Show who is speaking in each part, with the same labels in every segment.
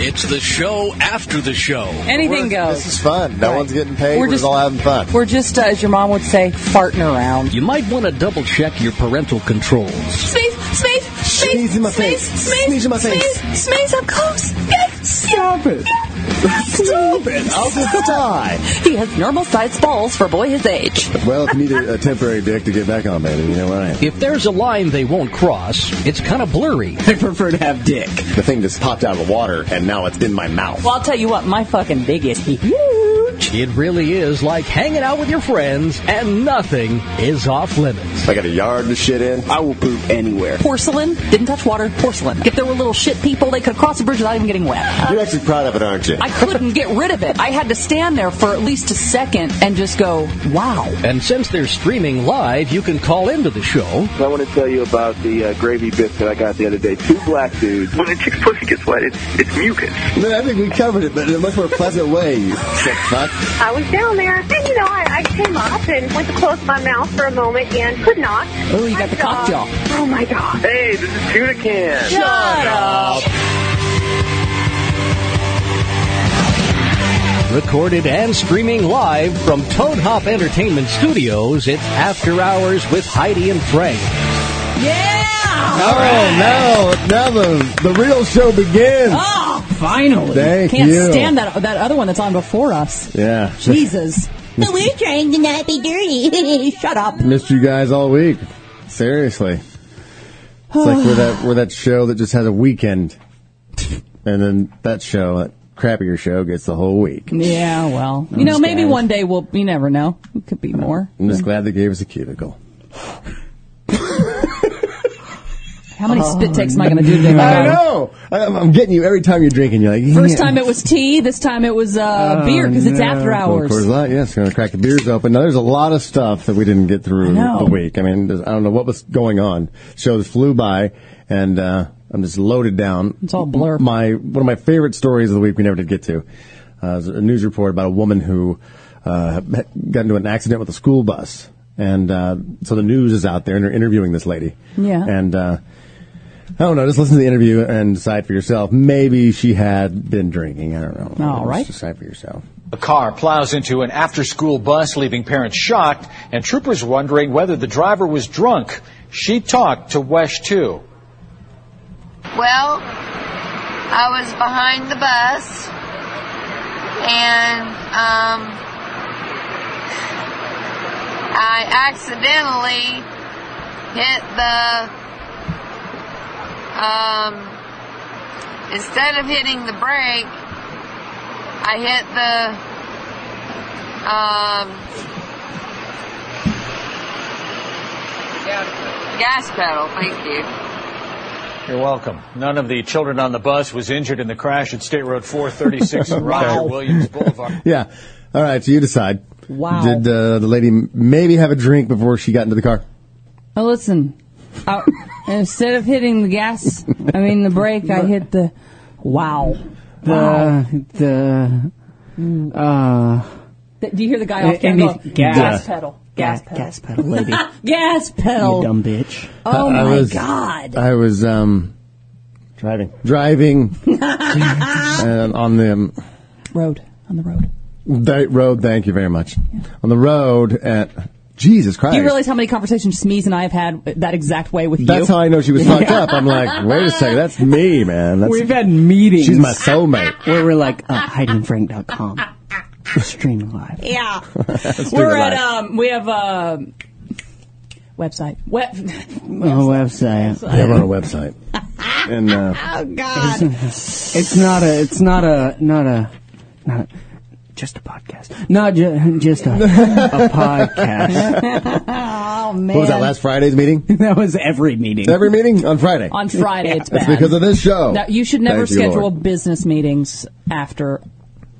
Speaker 1: It's the show after the show.
Speaker 2: Anything
Speaker 3: We're-
Speaker 2: goes.
Speaker 3: This is fun. No one's getting paid. Oh, We're, just, all having fun.
Speaker 2: We're just, uh, as your mom would say, farting around.
Speaker 1: You might want to double check your parental controls.
Speaker 4: Sneeze, sneeze, sneeze,
Speaker 3: Sneeze in my face.
Speaker 4: Sneeze,
Speaker 3: Sneeze in my face.
Speaker 4: Sneeze, sneeze up close.
Speaker 3: Stop it. Stop it. I'll just die.
Speaker 2: He has normal sized balls for a boy his age.
Speaker 3: Well, if you need a, a temporary dick to get back on, baby, you know where I am.
Speaker 1: If there's a line they won't cross, it's kind of blurry.
Speaker 5: I prefer to have dick.
Speaker 3: The thing just popped out of the water, and now it's in my mouth.
Speaker 2: Well, I'll tell you what, my fucking dick is huge.
Speaker 1: It really is like hanging out with your friends and nothing is off limits.
Speaker 3: I got a yard to shit in.
Speaker 5: I will poop anywhere.
Speaker 2: Porcelain didn't touch water. Porcelain. If there were little shit people, they could cross the bridge without even getting wet.
Speaker 3: You're actually proud of it, aren't you?
Speaker 2: I couldn't get rid of it. I had to stand there for at least a second and just go, wow.
Speaker 1: And since they're streaming live, you can call into the show.
Speaker 6: I want to tell you about the uh, gravy biscuit I got the other day. Two black dudes.
Speaker 7: When a chick's pussy gets wet, it's, it's mucus.
Speaker 3: Man, I think we covered it, but in a much more pleasant way, you sick fuck.
Speaker 8: I was down there, and you know, I, I came up and went to close my mouth for a moment and could not.
Speaker 2: Oh, you got the cock jaw.
Speaker 8: Oh my god.
Speaker 7: Hey, this is tuna can.
Speaker 1: Recorded and streaming live from Toad Hop Entertainment Studios, it's After Hours with Heidi and Frank.
Speaker 2: Yeah!
Speaker 3: Oh, no. Now the, the real show begins.
Speaker 2: Oh,
Speaker 5: Finally.
Speaker 3: Thank
Speaker 2: can't
Speaker 3: you.
Speaker 2: stand that, that other one that's on before us.
Speaker 3: Yeah.
Speaker 2: Jesus.
Speaker 9: But we're trying to not be dirty.
Speaker 2: Shut up.
Speaker 3: Missed you guys all week. Seriously. It's like we're that, we're that show that just has a weekend. And then that show, that crappier show, gets the whole week.
Speaker 2: Yeah, well, you know, maybe
Speaker 3: scared.
Speaker 2: one day we'll. You never know. It could be more.
Speaker 3: I'm just glad they gave us a cuticle.
Speaker 2: How many spit takes am I going to do today? my
Speaker 3: Oh, I
Speaker 2: guy?
Speaker 3: know. I'm, I'm getting you every time you're drinking. You're like,
Speaker 2: First
Speaker 3: yeah. Oh,
Speaker 2: time it was tea. This time it was uh, beer because it's after hours.
Speaker 3: Well, Coors Light, yes, we're going to crack the beers open. Now, there's a lot of stuff that we didn't get through
Speaker 2: know.
Speaker 3: the week. I mean, there's- I don't know what was going on. Shows flew by, and uh, I'm just loaded down.
Speaker 2: It's all blur.
Speaker 3: My one of my favorite stories of the week we never did get to uh, was a news report about a woman who uh, got into an accident with a school bus, and uh, so the news is out there and they're interviewing this lady.
Speaker 2: Yeah.
Speaker 3: and. Uh, I don't know. Just listen to the interview and decide for yourself. Maybe she had been drinking. I don't know.
Speaker 2: All right.
Speaker 3: Just decide for yourself.
Speaker 10: A car plows into an after school bus, leaving parents shocked and troopers wondering whether the driver was drunk. She talked to Wesh 2.
Speaker 8: Well, I was behind the bus, and um, I accidentally hit the. Um, instead of hitting the brake, I hit the. Um, gas pedal, thank you.
Speaker 10: You're welcome. None of the children on the bus was injured in the crash at State Road 436 and Roger Williams Boulevard.
Speaker 3: Yeah. All right. So you decide.
Speaker 2: Wow.
Speaker 3: Did uh, the lady m- maybe have a drink before she got into the car?
Speaker 2: Now listen, I, instead of hitting the gas, I mean the brake, I hit the. Wow.
Speaker 5: Uh, the uh,
Speaker 2: Th- Do you hear the
Speaker 3: eh,
Speaker 2: guy off
Speaker 5: And
Speaker 2: camera?
Speaker 5: he's-
Speaker 2: go,
Speaker 5: gas.
Speaker 2: gas pedal. Gas pedal.
Speaker 5: gas pedal lady. you
Speaker 2: Gas pedal.
Speaker 5: dumb bitch.
Speaker 2: Oh my
Speaker 3: I was-
Speaker 2: god.
Speaker 3: I was um, driving. Driving and on the um,
Speaker 2: road on the road.
Speaker 3: di- road. Thank you very much. On the road at Jesus Christ.
Speaker 2: Do you realize how many conversations Smeeze and I have had that exact way with you?
Speaker 3: That's how I know she was fucked up. I'm like, wait a second. That's me, man. That's,
Speaker 5: We've had meetings
Speaker 3: she's my soulmate.
Speaker 5: where we're like uh, HeidiandFrank.com. Stream live.
Speaker 2: Yeah.
Speaker 3: do
Speaker 2: We're
Speaker 3: it
Speaker 2: at,
Speaker 3: live.
Speaker 2: um, we have, uh, website. Web,
Speaker 5: Oh, website.
Speaker 3: I have on a website. And uh,
Speaker 2: oh God.
Speaker 5: It's not a. It's not a. Not a. Not a, just a podcast. Not ju- just a, a podcast.
Speaker 2: Oh man.
Speaker 3: what was that last Friday's meeting?
Speaker 5: That was every meeting.
Speaker 3: Every meeting on Friday.
Speaker 2: On Friday, it's
Speaker 3: That's
Speaker 2: bad.
Speaker 3: because of this show.
Speaker 2: Now, you should never
Speaker 3: Thank you,
Speaker 2: schedule
Speaker 3: Lord.
Speaker 2: business meetings after,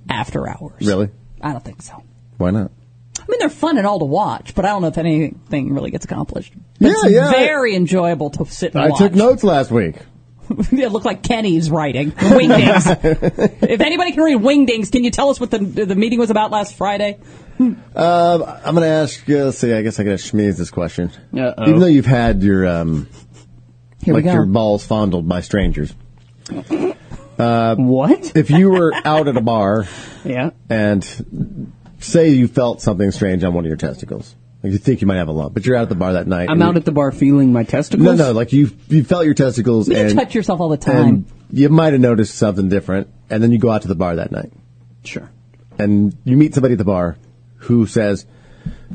Speaker 2: after hours.
Speaker 3: Really?
Speaker 2: I don't think so.
Speaker 3: Why not?
Speaker 2: I mean, they're fun and all to watch, but I don't know if anything really gets accomplished. But
Speaker 3: Yeah,
Speaker 2: it's
Speaker 3: yeah, I-
Speaker 2: Very enjoyable to sit and
Speaker 3: I
Speaker 2: watch.
Speaker 3: took notes last week.
Speaker 2: it looked like Kenny's writing. Wingdings. if anybody can read Wingdings, can you tell us what the the meeting was about last Friday?
Speaker 3: Um, I'm going to ask. Uh, let's see. I guess I got to schmeeze this question.
Speaker 5: Uh-oh.
Speaker 3: Even though you've had your um,
Speaker 2: Here
Speaker 3: like
Speaker 2: we go.
Speaker 3: your balls fondled by strangers, Uh,
Speaker 5: what?
Speaker 3: If you were out at a bar
Speaker 5: Yeah.
Speaker 3: and say you felt something strange on one of your testicles, like you think you might have a lump, but you're out at the bar that night.
Speaker 5: I'm
Speaker 3: and
Speaker 5: out
Speaker 3: you-
Speaker 5: at the bar feeling my
Speaker 3: No,
Speaker 5: testicles.
Speaker 3: no, like you you felt your testicles
Speaker 2: You
Speaker 3: and
Speaker 2: touch yourself all the time.
Speaker 3: and you might have noticed something different, and then you go out to the bar that night.
Speaker 5: Sure.
Speaker 3: and you meet somebody at the bar who says,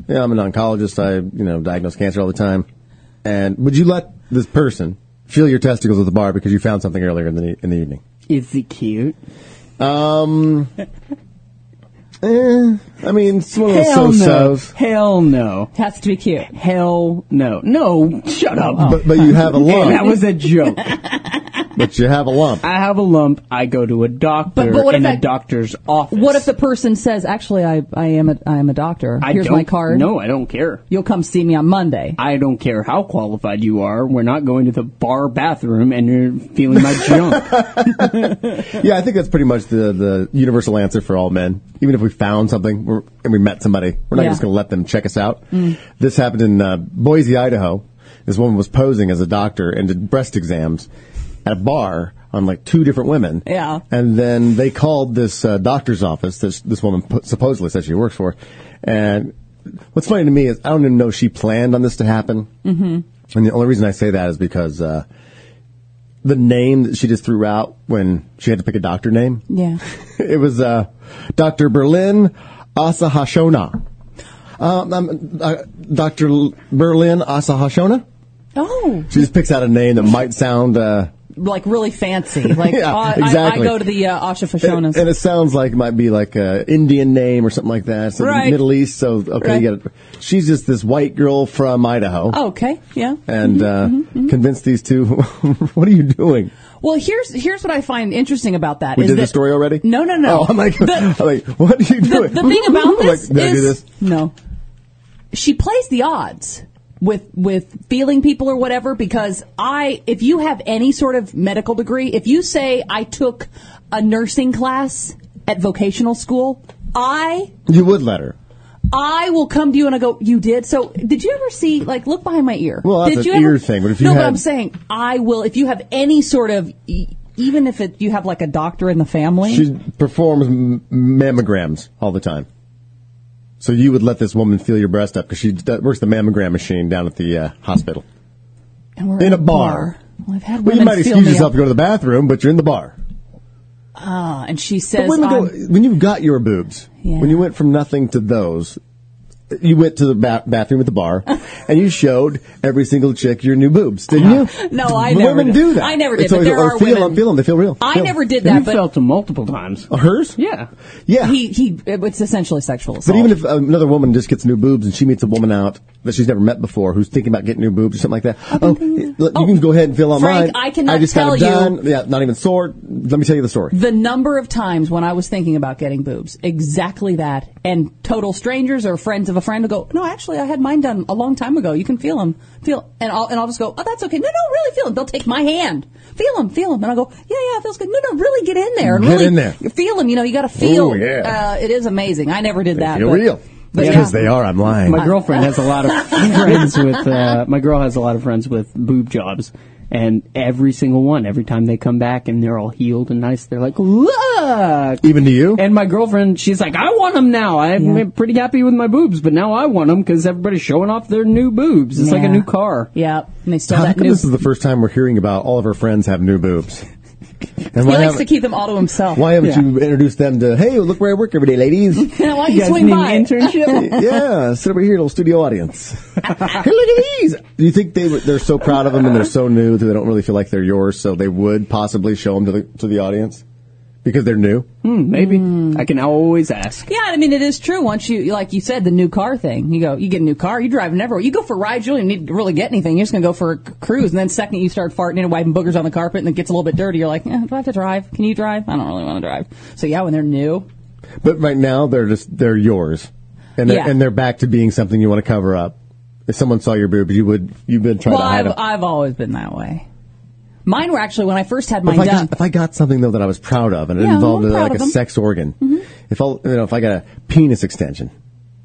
Speaker 3: yeah, "I'm an oncologist. I, you know, diagnose cancer all the time." And would you let this person feel your testicles at the bar because you found something earlier in the in the evening?
Speaker 5: Is he cute?
Speaker 3: Um, eh, I mean, it's one of those
Speaker 5: Hell no.
Speaker 3: so-sos.
Speaker 5: Hell no.
Speaker 2: It has to be cute.
Speaker 5: Hell no. No, shut up.
Speaker 3: But, but you have a lump.
Speaker 5: Hey, that was a joke.
Speaker 3: but you have a lump.
Speaker 5: I have a lump. I go to a doctor
Speaker 2: But- but what if
Speaker 5: in a
Speaker 2: that-
Speaker 5: doctor's office.
Speaker 2: What if the person says, "Actually, I, I am a I am a doctor.
Speaker 5: I
Speaker 2: Here's
Speaker 5: don't-
Speaker 2: my card.
Speaker 5: No, I don't care.
Speaker 2: you'll come see me on Monday."
Speaker 5: I don't care how qualified you are. We're not going to the bar bathroom and you're feeling my junk.
Speaker 3: Yeah, I think that's pretty much the, the universal answer for all men. Even if we found something we're, and we met somebody, we're not
Speaker 2: Yeah. Mm.
Speaker 3: just going to let them check us out. This happened in uh, Boise, Idaho. This woman was posing as a doctor and did breast exams at a bar on like two different women.
Speaker 2: Yeah.
Speaker 3: And then they called this uh, doctor's office that this woman pu- supposedly said she works for. And what's funny to me is I don't even know she planned on this to happen. Mm-hmm. And the only reason I say that is because uh, the name that she just threw out when she had to pick a doctor name
Speaker 2: yeah.
Speaker 3: it was uh, Dr. Berlin Asahashona. Um, um, uh, Dr. L- Berlin Asahashona.
Speaker 2: Oh,
Speaker 3: She just picks out a name that might sound, uh,
Speaker 2: like really fancy. Like uh,
Speaker 3: Yeah,
Speaker 2: I- I,
Speaker 3: exactly.
Speaker 2: I, go to the uh, Asha
Speaker 3: and,
Speaker 2: Fashonas.
Speaker 3: and it sounds like it might be like an Indian name or something like that. So
Speaker 2: Right.
Speaker 3: Middle East. So okay, you
Speaker 2: Right.
Speaker 3: got it. She's just this white girl from Idaho,
Speaker 2: Oh, Mm-hmm. okay. Yeah.
Speaker 3: and uh, convinced these two. what are you doing?
Speaker 2: Well, here's here's what I find interesting about that.
Speaker 3: We
Speaker 2: is
Speaker 3: did the
Speaker 2: that-
Speaker 3: story already.
Speaker 2: No, no, no.
Speaker 3: Oh, I'm like,
Speaker 2: The-
Speaker 3: I'm like, what are you
Speaker 2: the,
Speaker 3: doing?
Speaker 2: the thing about
Speaker 3: I'm like,
Speaker 2: this
Speaker 3: did I do
Speaker 2: is
Speaker 3: this?
Speaker 2: no. She plays the odds with with feeling people or whatever because I if you have any sort of medical degree, if you say I took a nursing class at vocational school, I
Speaker 3: You would let her.
Speaker 2: I will come to you and I go, you did. So did you ever see, like, look behind my ear?
Speaker 3: Well, that's
Speaker 2: did
Speaker 3: an
Speaker 2: you
Speaker 3: ear thing, but if you
Speaker 2: no,
Speaker 3: had-
Speaker 2: but I'm saying I will. If you have any sort of, e- even if it, you have like a doctor in the family,
Speaker 3: She performs m- mammograms all the time. So you would let this woman feel your breast up because she d- works the mammogram machine down at the uh, hospital.
Speaker 2: and we're
Speaker 3: in
Speaker 2: at
Speaker 3: a bar.
Speaker 2: Well, I've had
Speaker 3: Well,
Speaker 2: women
Speaker 3: you might
Speaker 2: feel
Speaker 3: excuse
Speaker 2: me
Speaker 3: yourself
Speaker 2: up.
Speaker 3: to go to the bathroom, but you're in the bar.
Speaker 2: Ah, and she
Speaker 3: But
Speaker 2: says,
Speaker 3: women go,
Speaker 2: I'm-
Speaker 3: when you got your boobs,
Speaker 2: Yeah.
Speaker 3: when you went from nothing to those, you went to the ba- bathroom at the bar and you showed every single chick your new boobs, didn't you?
Speaker 2: No, I
Speaker 3: women
Speaker 2: never
Speaker 3: Women
Speaker 2: did.
Speaker 3: do that.
Speaker 2: I never did,
Speaker 3: It's
Speaker 2: but
Speaker 3: always,
Speaker 2: there
Speaker 3: oh,
Speaker 2: are
Speaker 3: feel
Speaker 2: women-
Speaker 3: them, feel them, they feel real.
Speaker 2: I
Speaker 3: Feel them.
Speaker 2: never did
Speaker 5: you
Speaker 2: that, but
Speaker 5: felt them multiple times.
Speaker 3: Hers?
Speaker 5: Yeah.
Speaker 3: Yeah.
Speaker 2: he he, it's essentially sexual assault.
Speaker 3: But even if uh, another woman just gets new boobs and she meets a woman out that she's never met before who's thinking about getting new boobs or something like that, oh, you can go ahead and fill on
Speaker 2: Frank,
Speaker 3: mine.
Speaker 2: I cannot
Speaker 3: just got
Speaker 2: tell
Speaker 3: it done. Yeah, not even sore. Let me tell you the story.
Speaker 2: the number of times when I was thinking about getting boobs, exactly that, and total strangers or friends of a friend will go, "No, actually, I had mine done a long time ago. You can feel them, feel," and I'll and I'll just go, "Oh, that's okay. No, no, really feel them. They'll take my hand, feel them, feel them," and I'll go, "Yeah, yeah, it feels good. No, no, really get in there and
Speaker 3: Get
Speaker 2: really
Speaker 3: in there.
Speaker 2: feel them. You know, you got to feel.
Speaker 3: Ooh, yeah.
Speaker 2: uh, it is amazing. I never did that.
Speaker 3: Feel
Speaker 2: but-
Speaker 3: real.
Speaker 2: but
Speaker 3: because
Speaker 2: yeah.
Speaker 3: they are. I'm
Speaker 2: Uh,
Speaker 3: lying.
Speaker 5: My girlfriend has a lot of friends with. Uh, my girl has a lot of friends with boob jobs, and every single one, every time they come back and they're all healed and nice, they're like, "Look!"
Speaker 3: even to you?
Speaker 5: And my girlfriend, she's like, "I want them now. I'm pretty happy with my boobs, but now I want them because everybody's showing off their new boobs. It's like a
Speaker 2: Yeah.
Speaker 5: new car."
Speaker 2: Yeah, and they still
Speaker 3: How
Speaker 2: that
Speaker 3: come
Speaker 2: new.
Speaker 3: this is the first time we're hearing about all of her friends have new boobs? And
Speaker 2: he
Speaker 3: why
Speaker 2: likes to
Speaker 3: haven't,
Speaker 2: keep them all to himself.
Speaker 3: why haven't
Speaker 5: Yeah.
Speaker 3: you introduced them to, hey, look where I work every day, ladies?
Speaker 2: Why don't
Speaker 5: You
Speaker 2: you
Speaker 5: guys
Speaker 2: swing
Speaker 5: need
Speaker 2: by?
Speaker 5: an internship?
Speaker 3: yeah, sit over here, little studio audience. hey, look at these. Do you think they were- they're so proud of them and they're so new that they don't really feel like they're yours, so they would possibly show them to the to the audience because they're new?
Speaker 5: Hmm, maybe
Speaker 2: Mm.
Speaker 5: I can always ask.
Speaker 2: Yeah, I mean it is true. Once you, like you said, the new car thing. You go, you get a new car, you drive driving everywhere. You go for rides, you don't even need to really get anything. You're just gonna go for a c- cruise, and then second you start farting and wiping boogers on the carpet, and it gets a little bit dirty. You're like, eh, do I have to drive? Can you drive? I don't really want to drive. So yeah, when they're new,
Speaker 3: But right now they're just they're yours, and they're,
Speaker 2: Yeah.
Speaker 3: and they're back to being something you want to cover up. If someone saw your boobs, you would you've been trying
Speaker 2: well,
Speaker 3: to hide
Speaker 2: I've,
Speaker 3: them.
Speaker 2: I've always been that way. Mine were actually when I first had mine
Speaker 3: if I,
Speaker 2: done.
Speaker 3: got, if I got something though that I was proud of and it
Speaker 2: Yeah,
Speaker 3: involved
Speaker 2: I'm proud
Speaker 3: like
Speaker 2: of Mm-hmm.
Speaker 3: a
Speaker 2: them.
Speaker 3: sex organ, if I, you know if I got a penis extension,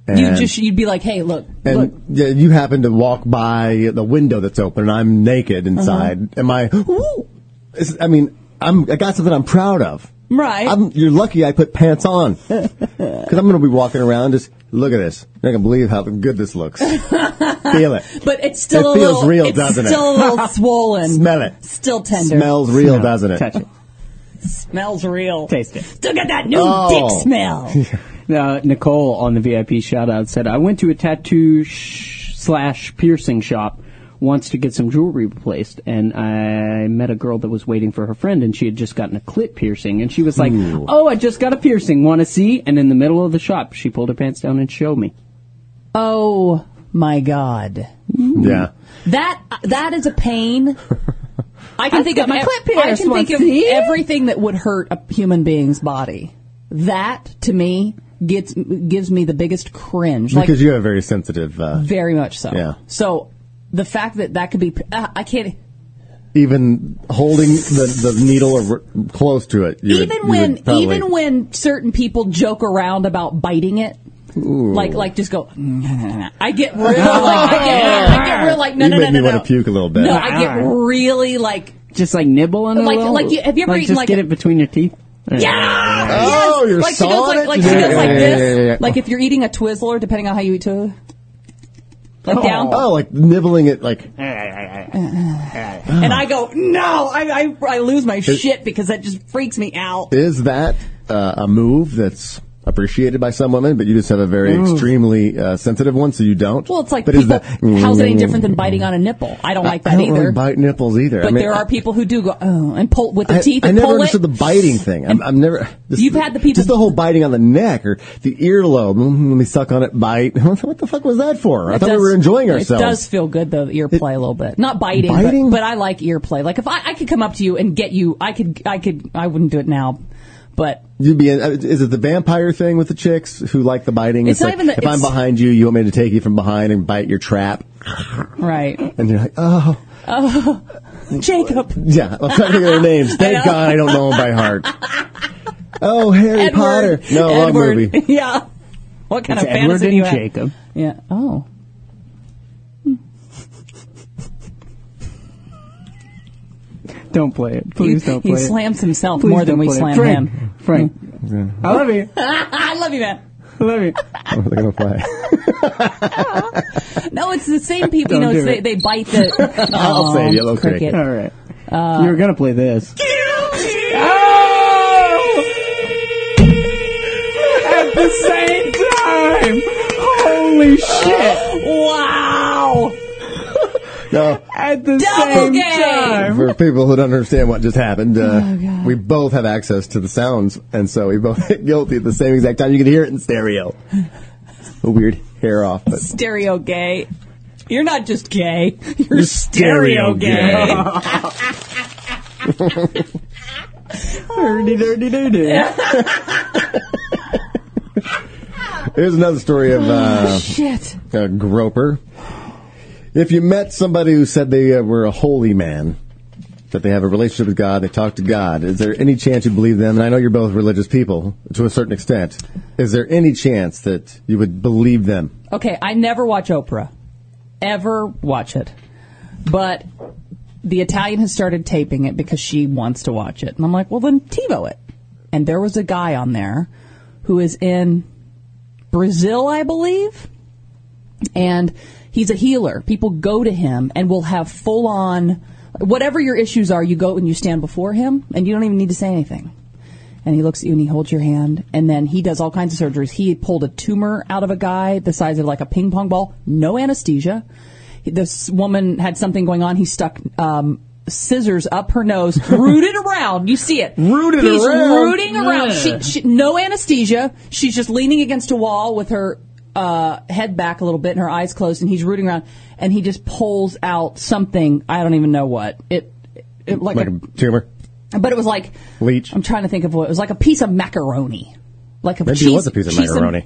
Speaker 2: you
Speaker 3: and-
Speaker 2: just you'd be like, hey, look, look,
Speaker 3: and yeah, you happen to walk
Speaker 2: Uh-huh.
Speaker 3: by the window that's open and I'm naked inside, am I? Ooh, It's- I mean, I'm, I got something I'm proud of.
Speaker 2: Right.
Speaker 3: I'm, you're lucky I put pants on. Because I'm going to be walking around just, look at this. You're not going to believe how good this looks. Feel it.
Speaker 2: But it's still
Speaker 3: It
Speaker 2: a
Speaker 3: feels
Speaker 2: little,
Speaker 3: real,
Speaker 2: it's
Speaker 3: doesn't it?
Speaker 2: still a little swollen.
Speaker 3: Smell it.
Speaker 2: Still tender.
Speaker 3: Smells real, doesn't it?
Speaker 5: Touch it.
Speaker 2: Smells real.
Speaker 5: Taste it.
Speaker 2: Look at that new
Speaker 3: Oh.
Speaker 2: dick smell.
Speaker 5: Uh, Nicole on the VIP shout out said, I went to a tattoo sh- slash piercing shop once to get some jewelry replaced, and I met a girl that was waiting for her friend, and she had just gotten a clit piercing, and she was like, Oh, I just got a piercing. Want to see? And in the middle of the shop, she pulled her pants down and showed me.
Speaker 2: Oh my god. Mm-hmm.
Speaker 3: Yeah.
Speaker 2: That that is a pain. I can think of
Speaker 5: got my
Speaker 2: ev-
Speaker 5: clip
Speaker 2: I
Speaker 5: pierced
Speaker 2: can think
Speaker 5: once,
Speaker 2: of
Speaker 5: see?
Speaker 2: everything that would hurt a human being's body. That to me gets gives me the biggest cringe. Like
Speaker 3: because you have a very sensitive, uh,
Speaker 2: very much so.
Speaker 3: Yeah.
Speaker 2: So the fact that that could be uh, I can't
Speaker 3: even holding the, the needle or r- close to it. You would-
Speaker 2: even
Speaker 3: you
Speaker 2: when
Speaker 3: would probably-
Speaker 2: even when certain people joke around about biting it like like just go I get real like I get, I get real like no
Speaker 3: You
Speaker 2: no
Speaker 3: made
Speaker 2: no
Speaker 3: me
Speaker 2: no,
Speaker 3: wanna
Speaker 2: no.
Speaker 3: puke a little bit.
Speaker 2: no I get really like
Speaker 5: Just like nibble on it. a
Speaker 2: Like-
Speaker 5: little?
Speaker 2: like you- have you ever eaten,
Speaker 5: just
Speaker 2: like,
Speaker 5: get
Speaker 2: a-
Speaker 5: it between your teeth?
Speaker 2: Yeah.
Speaker 3: Oh,
Speaker 2: yes.
Speaker 3: you're
Speaker 2: like she goes
Speaker 3: solid?
Speaker 2: like, like she
Speaker 3: Yeah,
Speaker 2: goes
Speaker 3: yeah,
Speaker 2: like
Speaker 3: yeah,
Speaker 2: this.
Speaker 3: yeah, yeah, yeah.
Speaker 2: Like if you're eating a Twizzler, depending on how you eat Twizzler, like down.
Speaker 3: Oh, like nibbling it, like
Speaker 2: And I go no, I, I I lose my shit because that just freaks me out.
Speaker 3: is that uh, a move that's appreciated by some women, but you just have a very extremely uh, sensitive one, so you don't?
Speaker 2: Well, it's like
Speaker 3: but Mm.
Speaker 2: people. how's it any different than biting on a nipple? I don't like that
Speaker 3: I don't
Speaker 2: either.
Speaker 3: really bite nipples either.
Speaker 2: but
Speaker 3: I mean,
Speaker 2: there
Speaker 3: I-
Speaker 2: are people who do go oh and pull with the
Speaker 3: I,
Speaker 2: teeth
Speaker 3: I
Speaker 2: and
Speaker 3: never
Speaker 2: pull
Speaker 3: understood
Speaker 2: it.
Speaker 3: the biting thing. I'm, I'm never. Just,
Speaker 2: You've had the people-
Speaker 3: Just the whole biting on the neck or the earlobe. Mm, let me suck on it. Bite. what the fuck was that for? I
Speaker 2: It
Speaker 3: thought
Speaker 2: does-
Speaker 3: we were enjoying ourselves.
Speaker 2: It does feel good though, the ear play a little bit. Not biting, but-
Speaker 3: Biting?
Speaker 2: But, I like ear play. Like if I, I could come up to you and get you, I could, I could, I wouldn't do it now, but
Speaker 3: You'd be. In, uh, is it the vampire thing with the chicks who like the biting?
Speaker 2: It's not
Speaker 3: like,
Speaker 2: even the-
Speaker 3: if I'm
Speaker 2: it's-
Speaker 3: behind you, you want me to take you from behind and bite your trap,
Speaker 2: right.
Speaker 3: and you're like, oh
Speaker 2: Jacob.
Speaker 3: yeah. I'm trying to think of their names. Thank God I don't know them by heart. Oh, Harry Potter. No, wrong
Speaker 2: Edward.
Speaker 3: movie.
Speaker 2: yeah. What kind
Speaker 5: It's
Speaker 2: of fantasy
Speaker 5: Edward
Speaker 2: do you
Speaker 5: and
Speaker 2: have?
Speaker 5: Jacob.
Speaker 2: Yeah. Oh.
Speaker 5: Don't play it.
Speaker 2: He,
Speaker 5: Please don't play
Speaker 2: he
Speaker 5: it.
Speaker 2: slams himself
Speaker 5: Please
Speaker 2: more than we
Speaker 5: don't play it.
Speaker 2: slam
Speaker 5: Frank,
Speaker 2: him. Ah,
Speaker 5: Frank. I love you.
Speaker 2: I love you, man.
Speaker 5: I love you.
Speaker 3: I don't think I'm gonna play.
Speaker 2: No, it's the same people. You
Speaker 5: Don't
Speaker 2: know, it's
Speaker 5: do
Speaker 2: they,
Speaker 5: it.
Speaker 2: they bite the.
Speaker 3: I'll say yellow
Speaker 2: cricket.
Speaker 3: cricket.
Speaker 5: All right.
Speaker 2: Uh,
Speaker 5: you were going to play this. At the same time! Holy shit!
Speaker 2: Wow.
Speaker 3: No.
Speaker 5: At the
Speaker 2: Double
Speaker 5: same
Speaker 2: game.
Speaker 5: time!
Speaker 3: for people who don't understand what just happened, uh,
Speaker 2: Oh,
Speaker 3: we both have access to the sounds, and so we both get guilty at the same exact time. You can hear it in stereo. A weird hair off, but
Speaker 2: Stereo gay. You're not just gay. You're, stereo,
Speaker 3: stereo
Speaker 2: gay.
Speaker 3: gay.
Speaker 5: Dirty, dirty, dirty.
Speaker 3: here's another story of uh,
Speaker 2: Oh, Shit.
Speaker 3: a groper. If you met somebody who said they uh, were a holy man, that they have a relationship with God, they talk to God, is there any chance you believe them? And I know you're both religious people to a certain extent. Is there any chance that you would believe them?
Speaker 2: Okay, I never watch Oprah. Ever watch it. But the Italian has started taping it because she wants to watch it. And I'm like, well, then TiVo it. And there was a guy on there who is in Brazil, I believe. And he's a healer. People go to him and will have full on, whatever your issues are, you go and you stand before him and you don't even need to say anything and he looks at you and he holds your hand and then he does all kinds of surgeries he pulled a tumor out of a guy the size of like a ping pong ball no anesthesia this woman had something going on he stuck um scissors up her nose rooted around you see it
Speaker 3: Rooted
Speaker 2: he's
Speaker 3: around?
Speaker 2: rooting around she, she no anesthesia she's just leaning against a wall with her uh, head back a little bit and her eyes closed and he's rooting around and he just pulls out something i don't even know what it, it like,
Speaker 3: Like
Speaker 2: a
Speaker 3: a tumor?
Speaker 2: but it was like
Speaker 3: Leech.
Speaker 2: I'm trying to think of what it was like a piece of macaroni, like a
Speaker 3: Maybe
Speaker 2: cheese,
Speaker 3: it was a piece of
Speaker 2: cheese and-
Speaker 3: macaroni.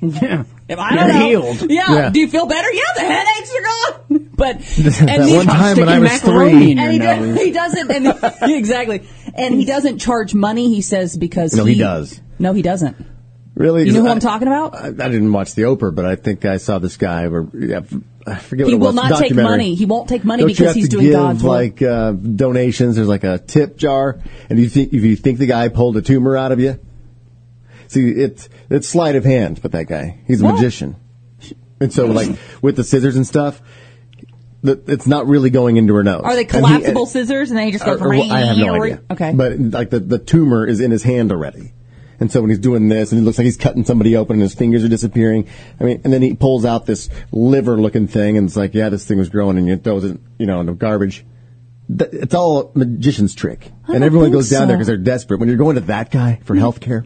Speaker 5: Yeah.
Speaker 2: I don't
Speaker 5: You're
Speaker 2: know.
Speaker 5: healed.
Speaker 2: Yeah.
Speaker 3: Yeah.
Speaker 2: Do you feel better? Yeah, the headaches are gone. But
Speaker 3: That
Speaker 2: and he,
Speaker 3: one time when I was
Speaker 5: Sticking macaroni
Speaker 3: three.
Speaker 5: in your
Speaker 2: and he, does,
Speaker 5: nose.
Speaker 2: he doesn't. And exactly. And he doesn't charge money. He says because
Speaker 3: No, he does.
Speaker 2: No, he doesn't.
Speaker 3: Really?
Speaker 2: You know who I'm
Speaker 3: I-
Speaker 2: talking about?
Speaker 3: I, I didn't watch the Oprah, but I think I saw this guy. Where yeah, I forget.
Speaker 2: He
Speaker 3: what it
Speaker 2: will
Speaker 3: was,
Speaker 2: not take
Speaker 3: documentary.
Speaker 2: money. He won't take money
Speaker 3: Don't you
Speaker 2: because
Speaker 3: have
Speaker 2: he's
Speaker 3: to
Speaker 2: doing
Speaker 3: give,
Speaker 2: God's work.
Speaker 3: like uh, donations. There's like a tip jar, and you think if you think the guy pulled a tumor out of you, see it's it's sleight of hand. But that guy, he's a
Speaker 2: What?
Speaker 3: magician, and so like with the scissors and stuff, the- it's not really going into her nose.
Speaker 2: Are they
Speaker 3: And he- uh,
Speaker 2: collapsible scissors and then you just go?
Speaker 3: or- or- Uh, I have no idea.
Speaker 2: Okay.
Speaker 3: But like the, the tumor is in his hand already. And so when he's doing this and it looks like he's cutting somebody open and his fingers are disappearing. I mean, and then he pulls out this liver looking thing and it's like, yeah, this thing was growing and you throws it, you know, in the garbage. Th- It's all a magician's trick.
Speaker 2: I
Speaker 3: And
Speaker 2: don't
Speaker 3: everyone
Speaker 2: think
Speaker 3: goes
Speaker 2: so.
Speaker 3: down there
Speaker 2: Mm-hmm.
Speaker 3: because they're desperate. When you're going to that guy for health care,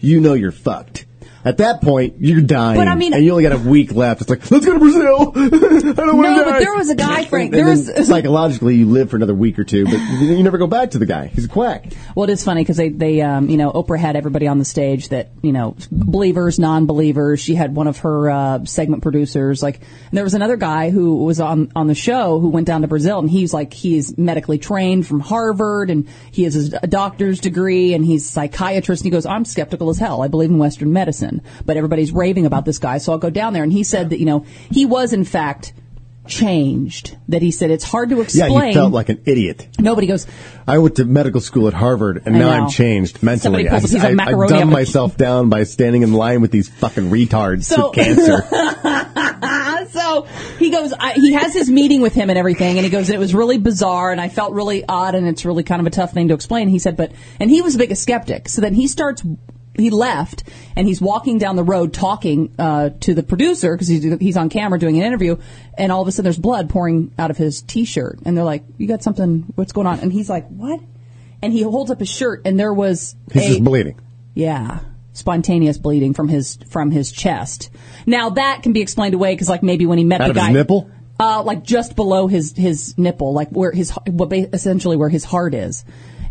Speaker 3: you know you're fucked. At that point, you're dying.
Speaker 2: But I mean-
Speaker 3: and you only got a week left. It's like, let's go to Brazil. I don't want to
Speaker 2: No,
Speaker 3: die.
Speaker 2: but there was a guy, Frank.
Speaker 3: And- and
Speaker 2: There
Speaker 3: then
Speaker 2: was.
Speaker 3: psychologically you live for another week or two, but you you never go back to the guy. He's a quack.
Speaker 2: Well, it is funny because they, they, um, you know, Oprah had everybody on the stage that, you know, believers, non-believers. She had one of her uh, segment producers, like, and there was another guy who was on on the show who went down to Brazil, and he's like, he's medically trained from Harvard, and he has a doctor's degree, and he's a psychiatrist. And he goes, I'm skeptical as hell. I believe in Western medicine, but everybody's raving about this guy, so I'll go down there. And he said that, you know, he was in fact changed. That he said it's hard to
Speaker 3: Yeah,
Speaker 2: explain.
Speaker 3: you felt like an idiot.
Speaker 2: Nobody goes.
Speaker 3: I went to medical school at Harvard, and
Speaker 2: I
Speaker 3: now
Speaker 2: know.
Speaker 3: I'm changed mentally.
Speaker 2: Somebody pulls a piece of
Speaker 3: I, I,
Speaker 2: macaroni
Speaker 3: I
Speaker 2: out of
Speaker 3: dumbed
Speaker 2: a-
Speaker 3: myself down by standing in line with these fucking retards
Speaker 2: So-
Speaker 3: with cancer.
Speaker 2: so he goes I, he has his meeting with him and everything and he goes it was really bizarre and i felt really odd and it's really kind of a tough thing to explain he said but and he was a big skeptic so then he starts he left and he's walking down the road talking uh, to the producer because he's, he's on camera doing an interview and all of a sudden there's blood pouring out of his t-shirt and they're like you got something what's going on and he's like what and he holds up his shirt and there was
Speaker 3: He's
Speaker 2: a,
Speaker 3: just bleeding.
Speaker 2: yeah. Spontaneous bleeding from his from his chest. Now that can be explained away because like maybe when he met
Speaker 3: Out
Speaker 2: the
Speaker 3: of
Speaker 2: guy,
Speaker 3: his nipple?
Speaker 2: uh, like just below his his nipple, like where his what ba- essentially where his heart is,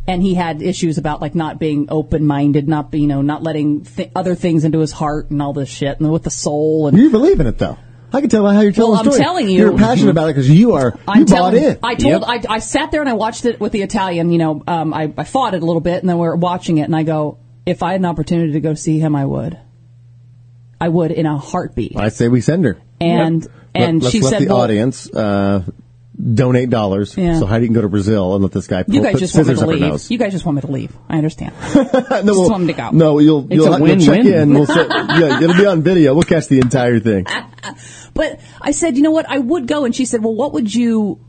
Speaker 2: and he had issues about like not being open minded, not you know not letting th- other things into his heart and all this shit, and with the soul and
Speaker 3: You believe in it, though. I can tell how you're telling
Speaker 2: Well,
Speaker 3: the
Speaker 2: I'm
Speaker 3: story.
Speaker 2: telling you.
Speaker 3: You're passionate about it because you are.
Speaker 2: I'm
Speaker 3: you bought
Speaker 2: telling
Speaker 3: in.
Speaker 2: I told. I, I sat there and I watched it with the Italian. You know, um, I, I fought it a little bit, and then we are watching it, and I go, if I had an opportunity to go see him, I would. I would in a heartbeat.
Speaker 3: I say we send her.
Speaker 2: And and
Speaker 3: let, let's
Speaker 2: she
Speaker 3: let
Speaker 2: said,
Speaker 3: the
Speaker 2: well,
Speaker 3: audience uh, donate dollars
Speaker 2: Yeah.
Speaker 3: so Heidi can go to Brazil and let this guy pull,
Speaker 2: you guys
Speaker 3: put
Speaker 2: just want me
Speaker 3: scissors
Speaker 2: to
Speaker 3: up her
Speaker 2: leave.
Speaker 3: nose. Uh,
Speaker 2: You guys just want me to leave. I understand.
Speaker 3: no,
Speaker 2: Just
Speaker 3: we'll-
Speaker 2: want 'em to go.
Speaker 3: No, you'll
Speaker 5: It's
Speaker 3: you'll,
Speaker 5: a
Speaker 3: you'll check
Speaker 5: win-win.
Speaker 3: in. We'll check, yeah, it'll be on video. We'll catch the entire thing.
Speaker 2: But I said, you know what? I would go. And she said, well, what would you,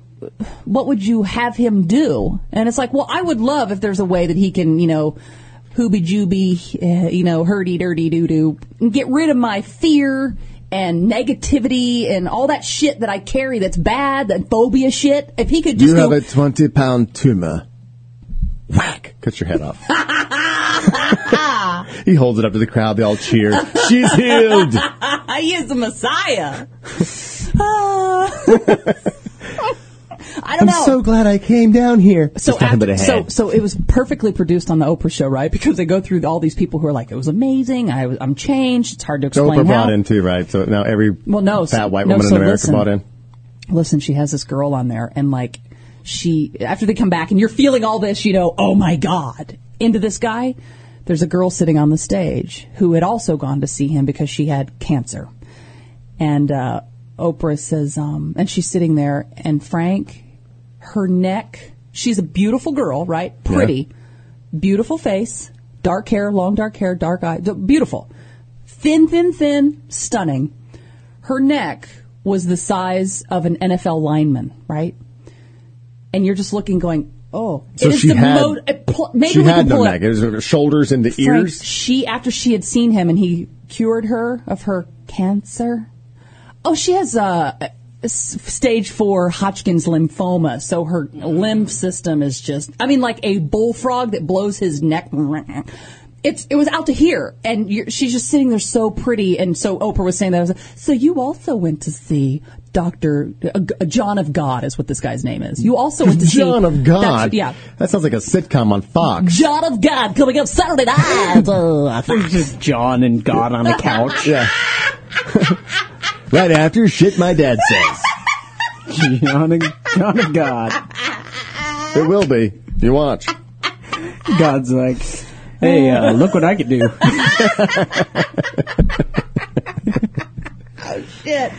Speaker 2: what would you have him do? And it's like, well, I would love if there's a way that he can, you know, hooby jooby, uh, you know, hurdy dirty doo doo, and get rid of my fear and negativity and all that shit that I carry that's bad, that phobia shit. If he could just
Speaker 3: You have
Speaker 2: go,
Speaker 3: a twenty pound tumor. Whack! Cut your head off. he holds it up to the crowd. They all cheer. She's healed.
Speaker 2: "Ah, he is the Messiah. Ah. I don't
Speaker 3: I'm
Speaker 2: know.
Speaker 3: so glad I came down here.
Speaker 2: So,
Speaker 3: Just nothing but
Speaker 2: after,
Speaker 3: a
Speaker 2: so
Speaker 3: head.
Speaker 2: so it was perfectly produced on the Oprah show, right? Because they go through all these people who are like, "It was amazing. I, was- I'm changed. It's hard to explain
Speaker 3: Oprah
Speaker 2: how."
Speaker 3: bought in too, right? So now every
Speaker 2: Well, no, so-
Speaker 3: fat white
Speaker 2: no,
Speaker 3: woman
Speaker 2: so
Speaker 3: in America
Speaker 2: listen.
Speaker 3: bought in.
Speaker 2: Listen, she has this girl on there, and like she after they come back, and you're feeling all this, you know, oh my god, into this guy. There's a girl sitting on the stage who had also gone to see him because she had cancer, and uh, Oprah says, um, and she's sitting there, and Frank, her neck. She's a beautiful girl, right? Pretty. beautiful face, dark hair, long dark hair, dark eye, d- beautiful, thin, thin, thin, stunning. Her neck was the size of an NFL lineman, right? And you're just looking, going, "Oh,
Speaker 3: So
Speaker 2: it is
Speaker 3: she
Speaker 2: the
Speaker 3: had-
Speaker 2: mo- it pl- maybe
Speaker 3: She
Speaker 2: we
Speaker 3: had
Speaker 2: can
Speaker 3: no
Speaker 2: pull
Speaker 3: neck.
Speaker 2: it.
Speaker 3: It was her shoulders into
Speaker 2: Frank,
Speaker 3: ears.
Speaker 2: she after she had seen him and he cured her of her cancer. Oh, she has uh, a s- stage four Hodgkin's lymphoma, so her limb system is just—I mean, like a bullfrog that blows his neck. It's it was out to here, and you're, she's just sitting there so pretty. And so Oprah was saying that. I was like, so you also went to see Doctor uh, G- John of God is what this guy's name is. You also went to see
Speaker 3: John of God.
Speaker 2: That's, yeah,
Speaker 3: That sounds like a sitcom on Fox.
Speaker 2: John of God coming up Saturday night. Uh,
Speaker 5: Just John and God on a couch.
Speaker 3: Yeah. right after shit my dad says.
Speaker 5: John and, John and God.
Speaker 3: It will be. You watch.
Speaker 5: God's like, Hey, uh, look what I could do.
Speaker 2: Shit.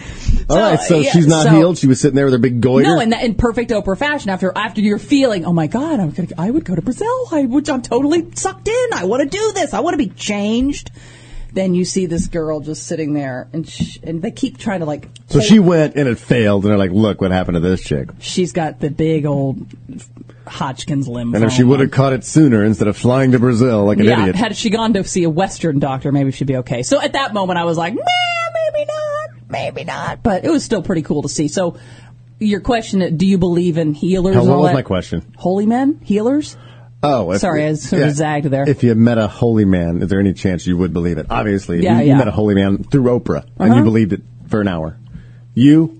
Speaker 3: All right, so
Speaker 2: yeah,
Speaker 3: she's not
Speaker 2: so-
Speaker 3: healed. She was sitting there with her big goiter.
Speaker 2: No, in that in perfect Oprah fashion. After after you're feeling, oh my god, I'm gonna, I would go to Brazil. I would, I'm totally sucked in. I want to do this. I want to be changed. Then you see this girl just sitting there, and sh and they keep trying to like.
Speaker 3: so
Speaker 2: take-
Speaker 3: she went and it failed, and they're like, "Look what happened to this chick."
Speaker 2: She's got the big old Hodgkin's lymphoma.
Speaker 3: And if she would have caught it sooner instead of flying to Brazil like an
Speaker 2: Oh. yeah,
Speaker 3: idiot,
Speaker 2: had she gone to see a Western doctor, maybe she'd be okay. So at that moment, I was like, "Meh, maybe not, maybe not, but it was still pretty cool to see. So your question, do you believe in healers?
Speaker 3: How-
Speaker 2: and
Speaker 3: what
Speaker 2: all
Speaker 3: was
Speaker 2: that?
Speaker 3: my question?
Speaker 2: Holy men, healers?
Speaker 3: Oh, if-
Speaker 2: Sorry, I sort of zagged there.
Speaker 3: If you met a holy man, is there any chance you would believe it? Obviously, if
Speaker 2: Yeah,
Speaker 3: you, you
Speaker 2: yeah.
Speaker 3: met a holy man through Oprah and
Speaker 5: Uh-huh.
Speaker 3: you believed it for an hour. You?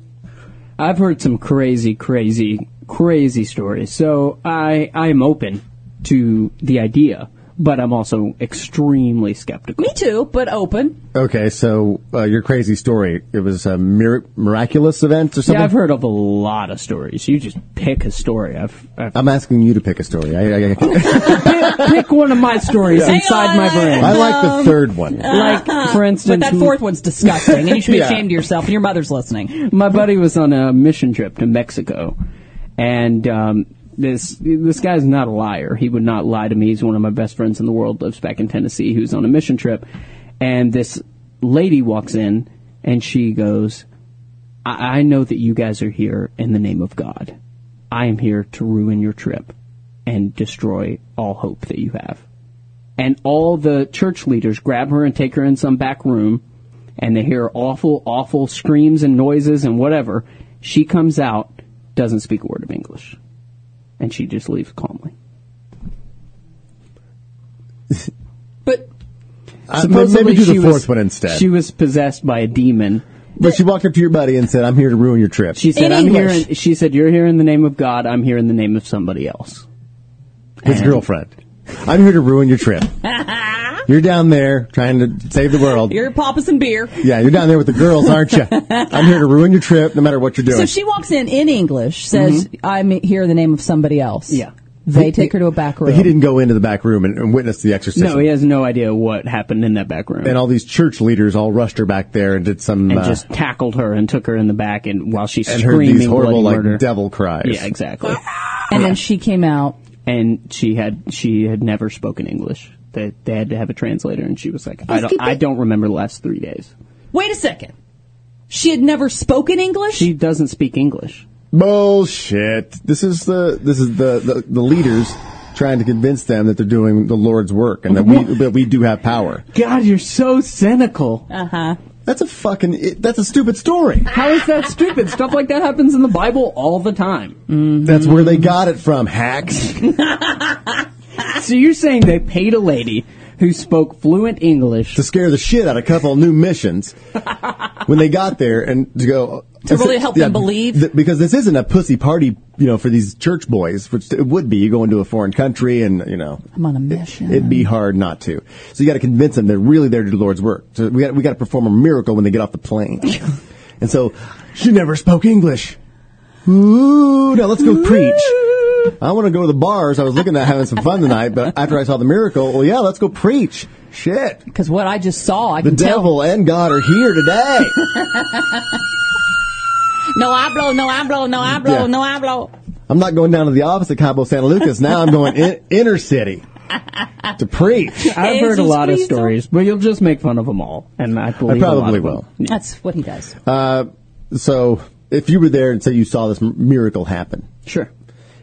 Speaker 5: I've heard some crazy, crazy, crazy stories. So I, I'm open to the idea, but I'm also extremely skeptical.
Speaker 2: Me too, but open.
Speaker 3: Okay, so uh, your crazy story. It was a mir- miraculous event or something.
Speaker 5: Yeah, I've heard of a lot of stories. You just pick a story. I've, I've
Speaker 3: I'm asking you to pick a story. I, I, I,
Speaker 5: pick one of my stories
Speaker 3: Yeah.
Speaker 5: inside my brain.
Speaker 3: I like
Speaker 2: Um,
Speaker 3: the third one.
Speaker 2: uh,
Speaker 5: like, for
Speaker 2: But
Speaker 5: instance,
Speaker 2: that fourth one's disgusting, and you should be
Speaker 3: Yeah.
Speaker 2: ashamed of yourself. And your mother's listening.
Speaker 5: my buddy was on a mission trip to Mexico, and um, this this guy's not a liar. He would not lie to me. He's one of my best friends in the world. Lives back in Tennessee. Who's on a mission trip, and this lady walks in, and she goes, I, I know that you guys are here in the name of God. I am here to ruin your trip and destroy all hope that you have. And all the church leaders grab her and take her in some back room, and they hear awful, awful screams and noises and whatever. She comes out, doesn't speak a word of English, and she just leaves calmly.
Speaker 2: But
Speaker 3: Uh, may- maybe do the
Speaker 5: she
Speaker 3: fourth
Speaker 5: was,
Speaker 3: one instead.
Speaker 5: She was possessed by a demon.
Speaker 3: but she walked up to your buddy and said, "I'm here to ruin your trip."
Speaker 5: She said,
Speaker 2: In
Speaker 5: "I'm here."
Speaker 2: English.
Speaker 5: In, she said, "You're here in the name of God. I'm here in the name of somebody else."
Speaker 3: his girlfriend. I'm here to ruin your trip. You're down there trying to save the world.
Speaker 2: you're popping some beer.
Speaker 3: yeah, you're down there with the girls, aren't you? I'm here to ruin your trip, no matter what you're doing.
Speaker 2: So she walks in in English, says,
Speaker 3: Mm-hmm.
Speaker 2: "I'm here in the name of somebody else."
Speaker 5: Yeah.
Speaker 2: They take her to a back room.
Speaker 3: But he didn't go into the back room and, and witness the exorcism.
Speaker 5: No, he has no idea what happened in that back room.
Speaker 3: and all these church leaders all rushed her back there and did some
Speaker 5: and
Speaker 3: uh,
Speaker 5: just tackled her and took her in the back, and while she's
Speaker 3: and heard
Speaker 5: screaming
Speaker 3: these horrible
Speaker 5: bloody
Speaker 3: like
Speaker 5: murder.
Speaker 3: devil cries.
Speaker 5: Yeah, exactly.
Speaker 2: And then she came out.
Speaker 5: and she had she had never spoken English. They they had to have a translator, and she was like, "I
Speaker 2: Let's
Speaker 5: don't
Speaker 2: keep it-
Speaker 5: I don't remember the last three days."
Speaker 2: Wait a second. She had never spoken English.
Speaker 5: She doesn't speak English.
Speaker 3: Bullshit. This is the this is the, the the leaders trying to convince them that they're doing the Lord's work and that we that we do have power.
Speaker 5: God, you're so cynical.
Speaker 3: Uh. That's a fucking it, that's a stupid story.
Speaker 5: How is that stupid? Stuff like that happens in the Bible all the time.
Speaker 3: That's where they got it from, hacks. Mm.
Speaker 5: So you're saying they paid a lady who spoke fluent English?
Speaker 3: to scare the shit out of a couple new missions when they got there and to go
Speaker 2: To really help them believe?
Speaker 3: th- because this isn't a pussy party you know for these church boys which it would be you go into a foreign country and you know
Speaker 2: I'm on a mission.
Speaker 3: it'd be hard not to so you got to convince them they're really there to do the lord's work so we got we got to perform a miracle when they get off the plane and so she never spoke english Ooh, now let's go preach. I want to go to the bars. I was looking at having some fun tonight, but after I saw the miracle, well, yeah, let's go preach. Shit.
Speaker 2: Because what I just saw, I
Speaker 3: The
Speaker 2: can tell.
Speaker 3: devil and God are here today.
Speaker 2: No hablo, no hablo, no hablo,
Speaker 3: Yeah.
Speaker 2: no hablo.
Speaker 3: I'm not going down to the office at Cabo San Lucas. Now I'm going in, inner city to preach.
Speaker 5: I've heard a
Speaker 2: Jesus
Speaker 5: lot of
Speaker 2: Christo.
Speaker 5: stories, but you'll just make fun of them all, and I believe a lot
Speaker 3: probably
Speaker 5: of them.
Speaker 3: will.
Speaker 2: That's what he does.
Speaker 3: Uh, so if you were there and say you saw this m- miracle happen,
Speaker 5: Sure.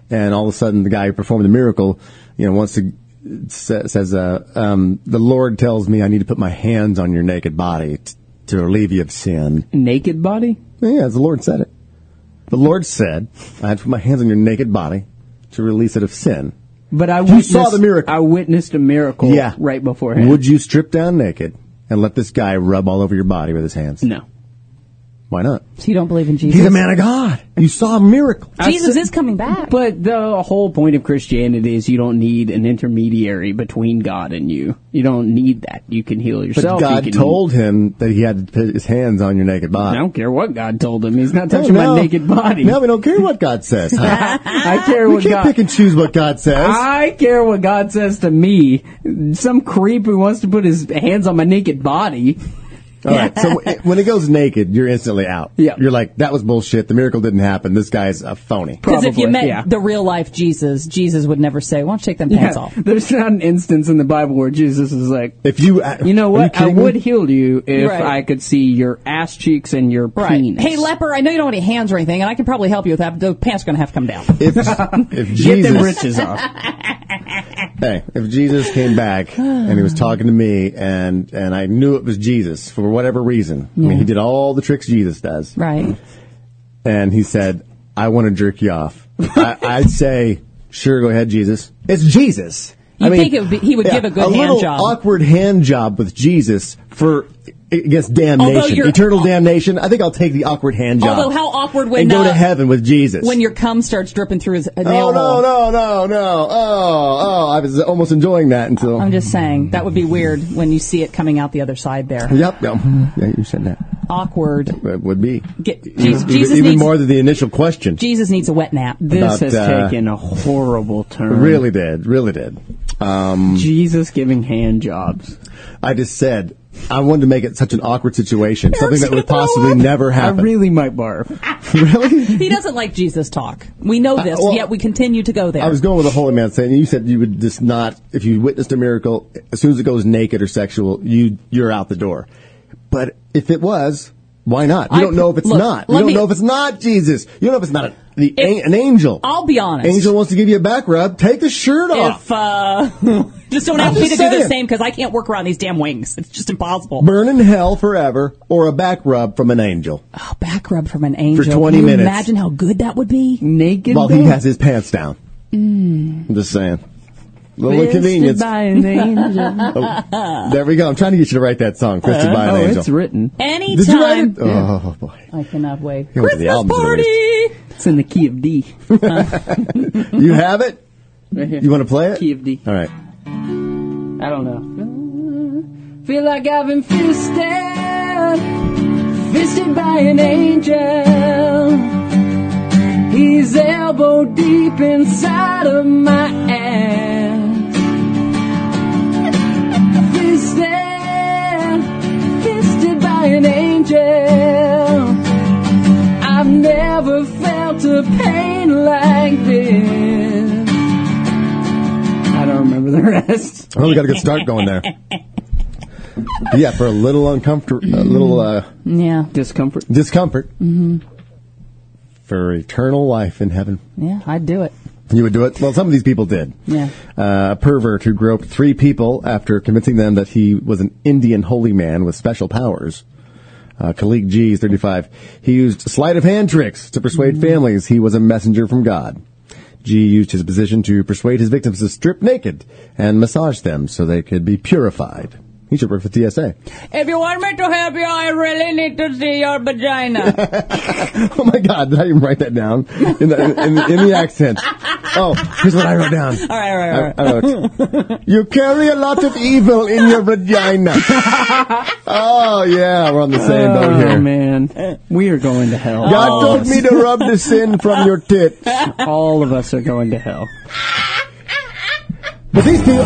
Speaker 3: and all of a sudden the guy who performed the miracle, you know, wants to sa- says, uh, um, "The Lord tells me I need to put my hands on your naked body t- to relieve you of sin."
Speaker 5: Naked body.
Speaker 3: Yeah, as the Lord said it. The Lord said, "I had to put my hands on your naked body to release it of sin."
Speaker 5: But I
Speaker 3: You
Speaker 5: witnessed,
Speaker 3: saw the miracle.
Speaker 5: I witnessed a miracle
Speaker 3: yeah.
Speaker 5: right beforehand.
Speaker 3: Would you strip down naked and let this guy rub all over your body with his hands?
Speaker 5: no.
Speaker 3: Why not?
Speaker 2: So you don't believe in Jesus?
Speaker 3: He's a man of God. You saw a miracle.
Speaker 2: Jesus is coming back.
Speaker 5: But the whole point of Christianity is you don't need an intermediary between God and you. You don't need that. You can heal
Speaker 3: But
Speaker 5: yourself.
Speaker 3: God
Speaker 5: you can,
Speaker 3: told him that he had to put his hands on your naked
Speaker 5: I
Speaker 3: body.
Speaker 5: don't care what God told him. He's not touching
Speaker 3: No,
Speaker 5: my
Speaker 3: no.
Speaker 5: naked body.
Speaker 3: No, we don't care what God says.
Speaker 5: I care
Speaker 3: we
Speaker 5: what
Speaker 3: can't
Speaker 5: God.
Speaker 3: pick and choose what God says.
Speaker 5: I care what God says to me. Some creep who wants to put his hands on my naked body.
Speaker 3: All right. So w- when it goes naked, you're instantly out.
Speaker 5: Yeah.
Speaker 3: You're like, that was bullshit. The miracle didn't happen. This guy's a phony.
Speaker 2: Because if you
Speaker 5: Probably,
Speaker 2: met
Speaker 5: yeah.
Speaker 2: the real life Jesus, Jesus would never say, "Why don't you take them pants off?"
Speaker 5: There's not an instance in the Bible where Jesus is like,
Speaker 3: If you, uh,
Speaker 5: you
Speaker 3: Are
Speaker 5: know
Speaker 3: you
Speaker 5: what? I
Speaker 3: kidding me?
Speaker 5: would heal you if
Speaker 2: Right.
Speaker 5: I could see your ass cheeks and your
Speaker 2: Right.
Speaker 5: penis.
Speaker 2: Hey, leper, I know you don't have any hands or anything, and I can probably help you with that, but the pants are going to have to come down.
Speaker 3: If, if
Speaker 5: Get them
Speaker 3: Jesus,
Speaker 5: riches off.
Speaker 3: hey, if Jesus came back and he was talking to me and, and I knew it was Jesus for whatever reason, I mean, he did all the tricks Jesus does.
Speaker 2: Right.
Speaker 3: And he said, I want to jerk you off. I, I'd say, sure, go ahead, Jesus. It's Jesus.
Speaker 2: You
Speaker 3: I mean,
Speaker 2: think it would be, he would give a good hand
Speaker 3: little
Speaker 2: job?
Speaker 3: awkward hand job with Jesus for against
Speaker 2: Although
Speaker 3: damnation,
Speaker 2: you're-
Speaker 3: eternal damnation. I think I'll take the awkward hand job.
Speaker 2: Although how awkward when,
Speaker 3: and go
Speaker 2: uh,
Speaker 3: to heaven with Jesus
Speaker 2: When your cum starts dripping through his uh, nail
Speaker 3: Oh no
Speaker 2: hole.
Speaker 3: no no no oh oh I was almost enjoying that until
Speaker 2: I'm just saying that would be weird when you see it coming out the other side. There,
Speaker 3: yep yep yeah you said that
Speaker 2: awkward.
Speaker 3: it would be E-,
Speaker 2: Get, Jesus,
Speaker 3: even,
Speaker 2: Jesus
Speaker 3: even
Speaker 2: needs
Speaker 3: more than the initial question
Speaker 2: Jesus needs a wet nap.
Speaker 5: This
Speaker 3: About,
Speaker 5: has
Speaker 3: uh,
Speaker 5: taken a horrible turn.
Speaker 3: really did really did um,
Speaker 5: Jesus giving hand jobs.
Speaker 3: I just said I wanted to make it such an awkward situation something that
Speaker 2: gonna
Speaker 3: would
Speaker 2: throw
Speaker 3: possibly
Speaker 2: up.
Speaker 3: never
Speaker 5: I
Speaker 3: happen
Speaker 5: really might barf.
Speaker 3: really
Speaker 2: He doesn't like Jesus talk. We know this,
Speaker 3: well,
Speaker 2: yet we continue to go there.
Speaker 3: I was going with a holy man saying you said you would just not if you witnessed a miracle as soon as it goes naked or sexual you you're out the door. But if it was, why not? You
Speaker 2: I-
Speaker 3: don't know if it's
Speaker 2: look,
Speaker 3: not. You
Speaker 2: let
Speaker 3: don't
Speaker 2: me-
Speaker 3: know if it's not Jesus. You don't know if it's not a, the,
Speaker 2: If-
Speaker 3: an, an angel.
Speaker 2: I'll be honest.
Speaker 3: Angel wants to give you a back rub. Take the shirt off.
Speaker 2: if uh, just don't ask
Speaker 3: I'm
Speaker 2: me to
Speaker 3: just
Speaker 2: do the
Speaker 3: saying.
Speaker 2: same because I can't work around these damn wings. It's just impossible.
Speaker 3: Burn in hell forever, or a back rub from an angel.
Speaker 2: A back rub from an angel.
Speaker 3: 20
Speaker 2: Can you
Speaker 3: minutes.
Speaker 2: Imagine how good that would be.
Speaker 5: Naked.
Speaker 3: While he
Speaker 5: dog.
Speaker 3: has his pants down.
Speaker 2: Hmm.
Speaker 3: I'm just saying. Little inconvenience.
Speaker 5: Fisted by an angel.
Speaker 3: Oh, there we go. I'm trying to get you to write that song,
Speaker 2: Uh,
Speaker 3: Fisted by an
Speaker 5: oh,
Speaker 3: Angel.
Speaker 5: it's written.
Speaker 3: Did you write
Speaker 2: Anytime.
Speaker 3: it? Oh, boy.
Speaker 2: I cannot wait.
Speaker 3: Yeah, when the
Speaker 2: Christmas
Speaker 3: album's
Speaker 2: party.
Speaker 5: It's in the key of D.
Speaker 3: You have it?
Speaker 5: Right here.
Speaker 3: You want to play it?
Speaker 5: Key of D.
Speaker 3: All right.
Speaker 5: I don't know. Feel like I've been fisted, fisted by an angel. He's elbow deep inside of my ass. Fisted, fisted by an angel. I've never felt a pain like this. I don't remember the rest.
Speaker 3: Well, we got a good start going there. yeah, for a little uncomfortable, a little uh,
Speaker 2: Yeah.
Speaker 5: discomfort.
Speaker 3: discomfort for eternal life in heaven.
Speaker 2: Yeah. I'd do it.
Speaker 3: You would do it. Well, some of these people did.
Speaker 2: Yeah.
Speaker 3: Uh, a pervert who groped three people after convincing them that he was an Indian holy man with special powers. Uh, Khalik G is 35. He used sleight of hand tricks to persuade families he was a messenger from God. G used his position to persuade his victims to strip naked and massage them so they could be purified. He should work for TSA.
Speaker 2: If you want me to help you, I really need to see your vagina.
Speaker 3: Oh my God! Did I even write that down in the, in, the- in the accent? Oh, here's what I wrote down.
Speaker 2: all right. All right. All right.
Speaker 3: I wrote, you carry a lot of evil in your vagina. oh yeah, we're on the same boat
Speaker 5: Oh
Speaker 3: here.
Speaker 5: man, Oh. we are going to hell.
Speaker 3: God
Speaker 5: all,
Speaker 3: told me to rub the sin from your tit.
Speaker 5: all of us are going to hell.
Speaker 3: But these people,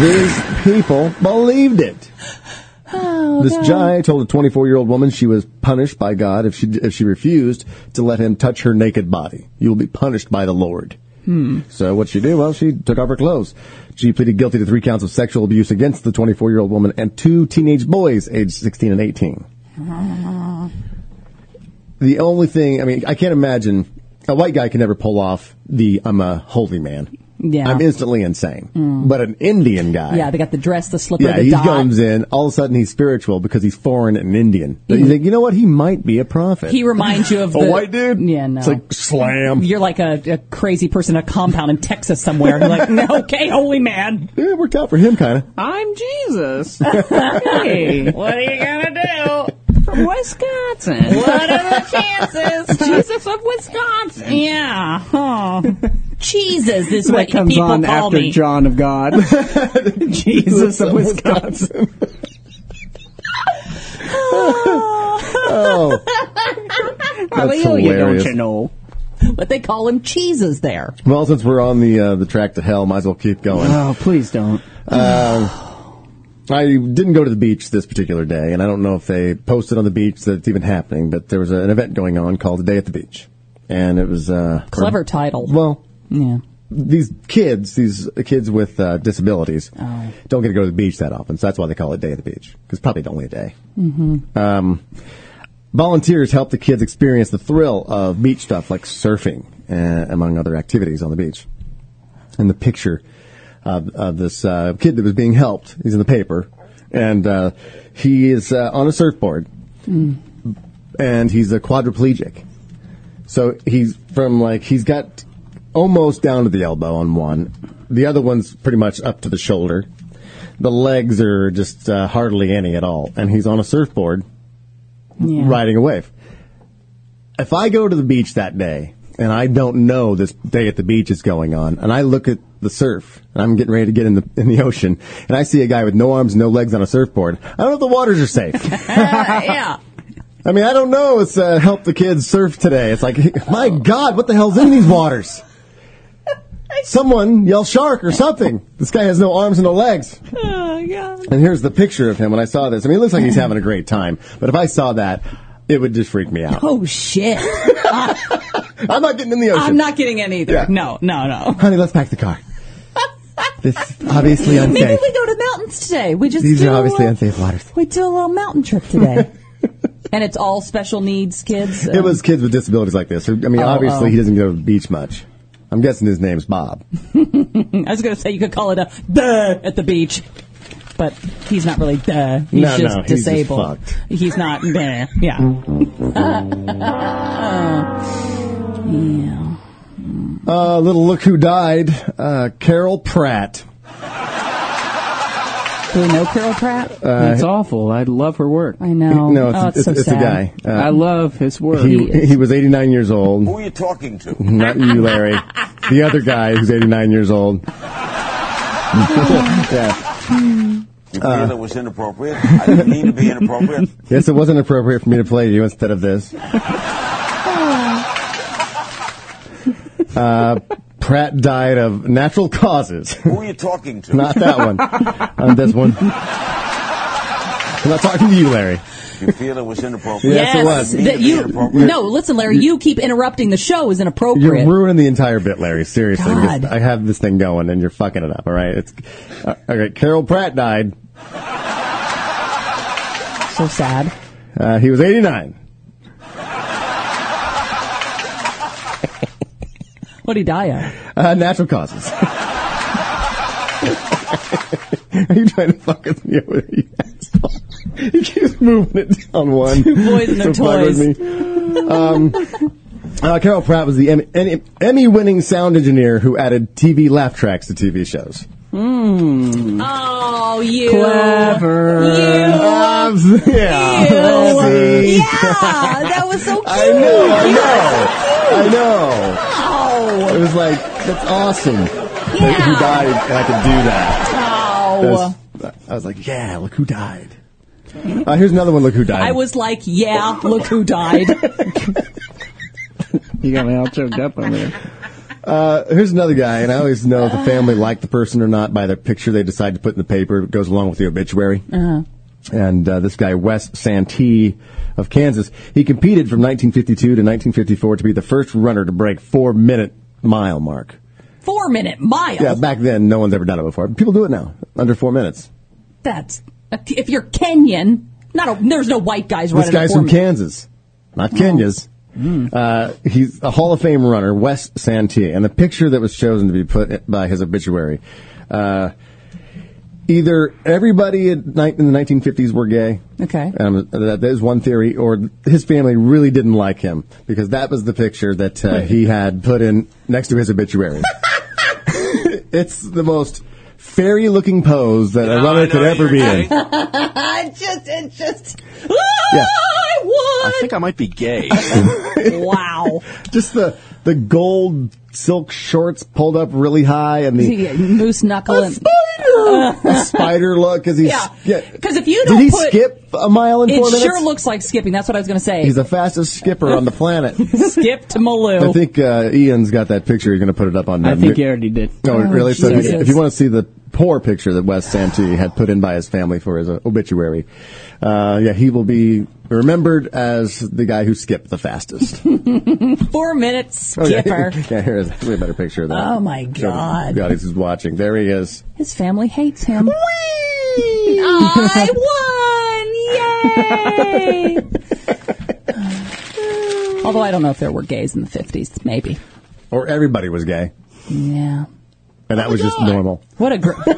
Speaker 3: these people believed it. this guy told a 24-year-old woman she was punished by God if she if she refused to let him touch her naked body. You will be punished by the Lord. So what she did? Well, she took off her clothes. She pleaded guilty to three counts of sexual abuse against the 24-year-old woman and two teenage boys aged 16 and 18. the only thing, I mean, I can't imagine a white guy can ever pull off the I'm a holy man.
Speaker 2: Yeah.
Speaker 3: I'm instantly insane. But an Indian guy,
Speaker 2: Mm. Yeah, they got the dress, the slipper,
Speaker 3: yeah,
Speaker 2: the
Speaker 3: he
Speaker 2: dot.
Speaker 3: comes in. All of a sudden, he's spiritual because he's foreign and Indian. You think, you know what? He might be a prophet.
Speaker 2: He reminds you of
Speaker 3: a
Speaker 2: the-
Speaker 3: white dude.
Speaker 2: Yeah, no.
Speaker 3: It's like slam.
Speaker 2: You're like a, a crazy person in a compound in Texas somewhere. You're like, no, okay, holy man.
Speaker 3: Yeah, it worked out for him, kind of.
Speaker 5: I'm Jesus. hey,
Speaker 2: What are you gonna do?
Speaker 5: from Wisconsin.
Speaker 2: What are the chances?
Speaker 5: Jesus of Wisconsin.
Speaker 2: Yeah. Huh. Jesus is what
Speaker 5: that comes
Speaker 2: people
Speaker 5: on
Speaker 2: call
Speaker 5: after
Speaker 2: me.
Speaker 5: John of God. Jesus of Wisconsin.
Speaker 3: Oh, that's
Speaker 5: Hallelujah, don't
Speaker 3: hilarious.
Speaker 5: you know?
Speaker 2: But they call him cheeses there.
Speaker 3: Well, since we're on the uh, the track to hell, might as well keep going.
Speaker 2: Uh-huh.
Speaker 5: Oh, please don't.
Speaker 3: I didn't go to the beach this particular day, and I don't know if they posted on the beach that it's even happening, but there was an event going on called "A Day at the Beach," and it was uh,
Speaker 2: Clever title.
Speaker 3: Well,
Speaker 2: Yeah.
Speaker 3: these kids, these kids with uh, disabilities, don't get to go to the beach that often, so that's why they call it Day at the Beach because probably the only a day. Mm-hmm. Um, volunteers help the kids experience the thrill of beach stuff like surfing, uh, among other activities on the beach. And the picture of, of this uh, kid that was being helped, he's in the paper, and uh, he is uh, on a surfboard, and he's a quadriplegic. So he's from like he's got almost down to the elbow on one. The other one's pretty much up to the shoulder. The legs are just uh, hardly any at all, and he's on a surfboard
Speaker 2: Yeah.
Speaker 3: riding a wave. If I go to the beach that day and I don't know this day at the beach is going on, and I look at the surf and I'm getting ready to get in the in the ocean, and I see a guy with no arms, no legs on a surfboard, I don't know if the waters are safe.
Speaker 2: Uh, yeah.
Speaker 3: I mean, I don't know. It's uh, help the kids surf today. It's like, my God, what the hell's in these waters? Someone yell shark or something. This guy has no arms and no legs.
Speaker 2: Oh, God.
Speaker 3: And here's the picture of him when I saw this. I mean, it looks like he's having a great time. But if I saw that, it would just freak me out.
Speaker 2: Oh, shit.
Speaker 3: I'm not getting in the ocean.
Speaker 2: I'm not getting in either.
Speaker 3: Yeah.
Speaker 2: No, no, no.
Speaker 3: Honey, let's pack the car. This is obviously
Speaker 2: Maybe
Speaker 3: unsafe.
Speaker 2: we go to mountains today. We just
Speaker 3: These
Speaker 2: do
Speaker 3: are
Speaker 2: a
Speaker 3: obviously
Speaker 2: little-
Speaker 3: unsafe waters.
Speaker 2: We do a little mountain trip today. and it's all special needs kids.
Speaker 3: It was kids with disabilities like this. I mean,
Speaker 2: Oh,
Speaker 3: obviously
Speaker 2: oh.
Speaker 3: he doesn't go to the beach much. I'm guessing his name's Bob.
Speaker 2: I was going to say you could call it a duh at the beach, but he's not really duh. He's
Speaker 3: No, no,
Speaker 2: just
Speaker 3: he's just
Speaker 2: disabled.
Speaker 3: fucked.
Speaker 2: he's not duh. Yeah.
Speaker 3: Uh, little look who died. Uh, Carol Pratt.
Speaker 2: Do we know Carol Pratt?
Speaker 3: uh,
Speaker 5: That's awful. I love her work.
Speaker 2: I know.
Speaker 3: No, it's,
Speaker 2: oh,
Speaker 3: it's,
Speaker 2: so
Speaker 3: it's, a
Speaker 2: sad.
Speaker 3: guy. Uh,
Speaker 5: I love his work.
Speaker 3: he, he, was 89 years old.
Speaker 7: Who are you talking to?
Speaker 3: Not you, Larry. The other guy who's 89 years old. yeah.
Speaker 7: You feel it was inappropriate? I didn't mean to be inappropriate.
Speaker 3: Yes, it wasn't appropriate for me to play you instead of this. Uh, Uh, Pratt died of natural causes.
Speaker 7: Who are you talking to?
Speaker 3: Not that one. On this one. I'm not talking to you, Larry.
Speaker 7: You feel it was inappropriate?
Speaker 3: Yes, it was.
Speaker 7: I didn't mean
Speaker 2: That
Speaker 7: to be
Speaker 2: you
Speaker 7: inappropriate.
Speaker 2: no, listen, Larry. You keep interrupting the show is
Speaker 3: You're
Speaker 2: inappropriate.
Speaker 3: ruining the entire bit, Larry. Seriously,
Speaker 2: God.
Speaker 3: This- I have this thing going, and you're fucking it up. All right, it's uh, all right. Carol Pratt died.
Speaker 2: so sad.
Speaker 3: Uh, he was 89.
Speaker 2: What would he die of?
Speaker 3: Uh, natural causes. Are you trying to fuck with me over there, you asshole? He keeps moving it down one. Two
Speaker 2: boys and their toys.
Speaker 3: me. Um, uh, Carol Pratt was the Emmy- Emmy- Emmy-winning sound engineer who added TV laugh tracks to TV shows.
Speaker 2: Oh, you
Speaker 3: Uh, yeah.
Speaker 2: Ew.
Speaker 3: See?
Speaker 2: Yeah, that was so cute.
Speaker 3: I know, I know, I know. It was like that's awesome. That he
Speaker 2: Yeah.
Speaker 3: died, and I could do that.
Speaker 2: Ow.
Speaker 3: That's- I was like, yeah, look who died. Uh, here's another one. Look who died.
Speaker 2: I was like, yeah, look who died.
Speaker 5: you got me all choked up over there.
Speaker 3: Uh, here's another guy, and I always know if the family liked the person or not by the picture they decide to put in the paper. It goes along with the obituary. And uh, this guy, Wes Santee of Kansas, he competed from 1952 to 1954 to be the first runner to break four minute mile mark.
Speaker 2: Four minute mile.
Speaker 3: Yeah, back then, no one's ever done it before. People do it now, under four minutes.
Speaker 2: That's if you're Kenyan. Not a, there's no white guys
Speaker 3: This
Speaker 2: running. Oh. a
Speaker 3: guy's
Speaker 2: four
Speaker 3: from
Speaker 2: minute-
Speaker 3: Kansas, not Kenya's.
Speaker 2: Hmm.
Speaker 3: Uh, he's a Hall of Fame runner, Wes Santee, and the picture that was chosen to be put by his obituary. Uh, either everybody at ni- in the 1950s were gay.
Speaker 2: Okay.
Speaker 3: Um, that, that is one theory, or his family really didn't like him because that was the picture that uh, he had put in next to his obituary. it's the most fairy looking pose that a runner could ever be in.
Speaker 2: just, it just. I would.
Speaker 11: I think I might be gay.
Speaker 2: wow.
Speaker 3: Just the the gold silk shorts pulled up really high and the
Speaker 2: Yeah, moose knuckle and
Speaker 3: spider look as he's
Speaker 2: Yeah.
Speaker 3: yeah.
Speaker 2: 'Cause if you
Speaker 3: did
Speaker 2: don't
Speaker 3: he
Speaker 2: put-
Speaker 3: skip a mile in
Speaker 2: it
Speaker 3: four
Speaker 2: sure
Speaker 3: minutes?
Speaker 2: looks like skipping. That's what I was going to say.
Speaker 3: he's the fastest skipper on the planet.
Speaker 2: Skip to Malou.
Speaker 3: I think uh, Ian's got that picture. He's going to put it up on.
Speaker 5: I
Speaker 3: the-
Speaker 5: think he already did.
Speaker 3: No,
Speaker 5: Oh,
Speaker 3: really. So if you-
Speaker 5: Jesus.
Speaker 3: if you want to see the poor picture that Wes Santee had put in by his family for his uh, obituary, uh, yeah, he will be remembered as the guy who skipped the fastest.
Speaker 2: Four minutes
Speaker 3: Oh, yeah.
Speaker 2: skipper.
Speaker 3: yeah, here's we have a better picture of that.
Speaker 2: Oh, my
Speaker 3: Show the-
Speaker 2: God.
Speaker 3: The audience is watching. There he is.
Speaker 2: His family hates him. I won! Yay! Although I don't know if there were gays in the 50s, maybe.
Speaker 3: Or everybody was gay,
Speaker 2: Yeah.
Speaker 3: and that was just normal.
Speaker 2: What a great.
Speaker 12: Oh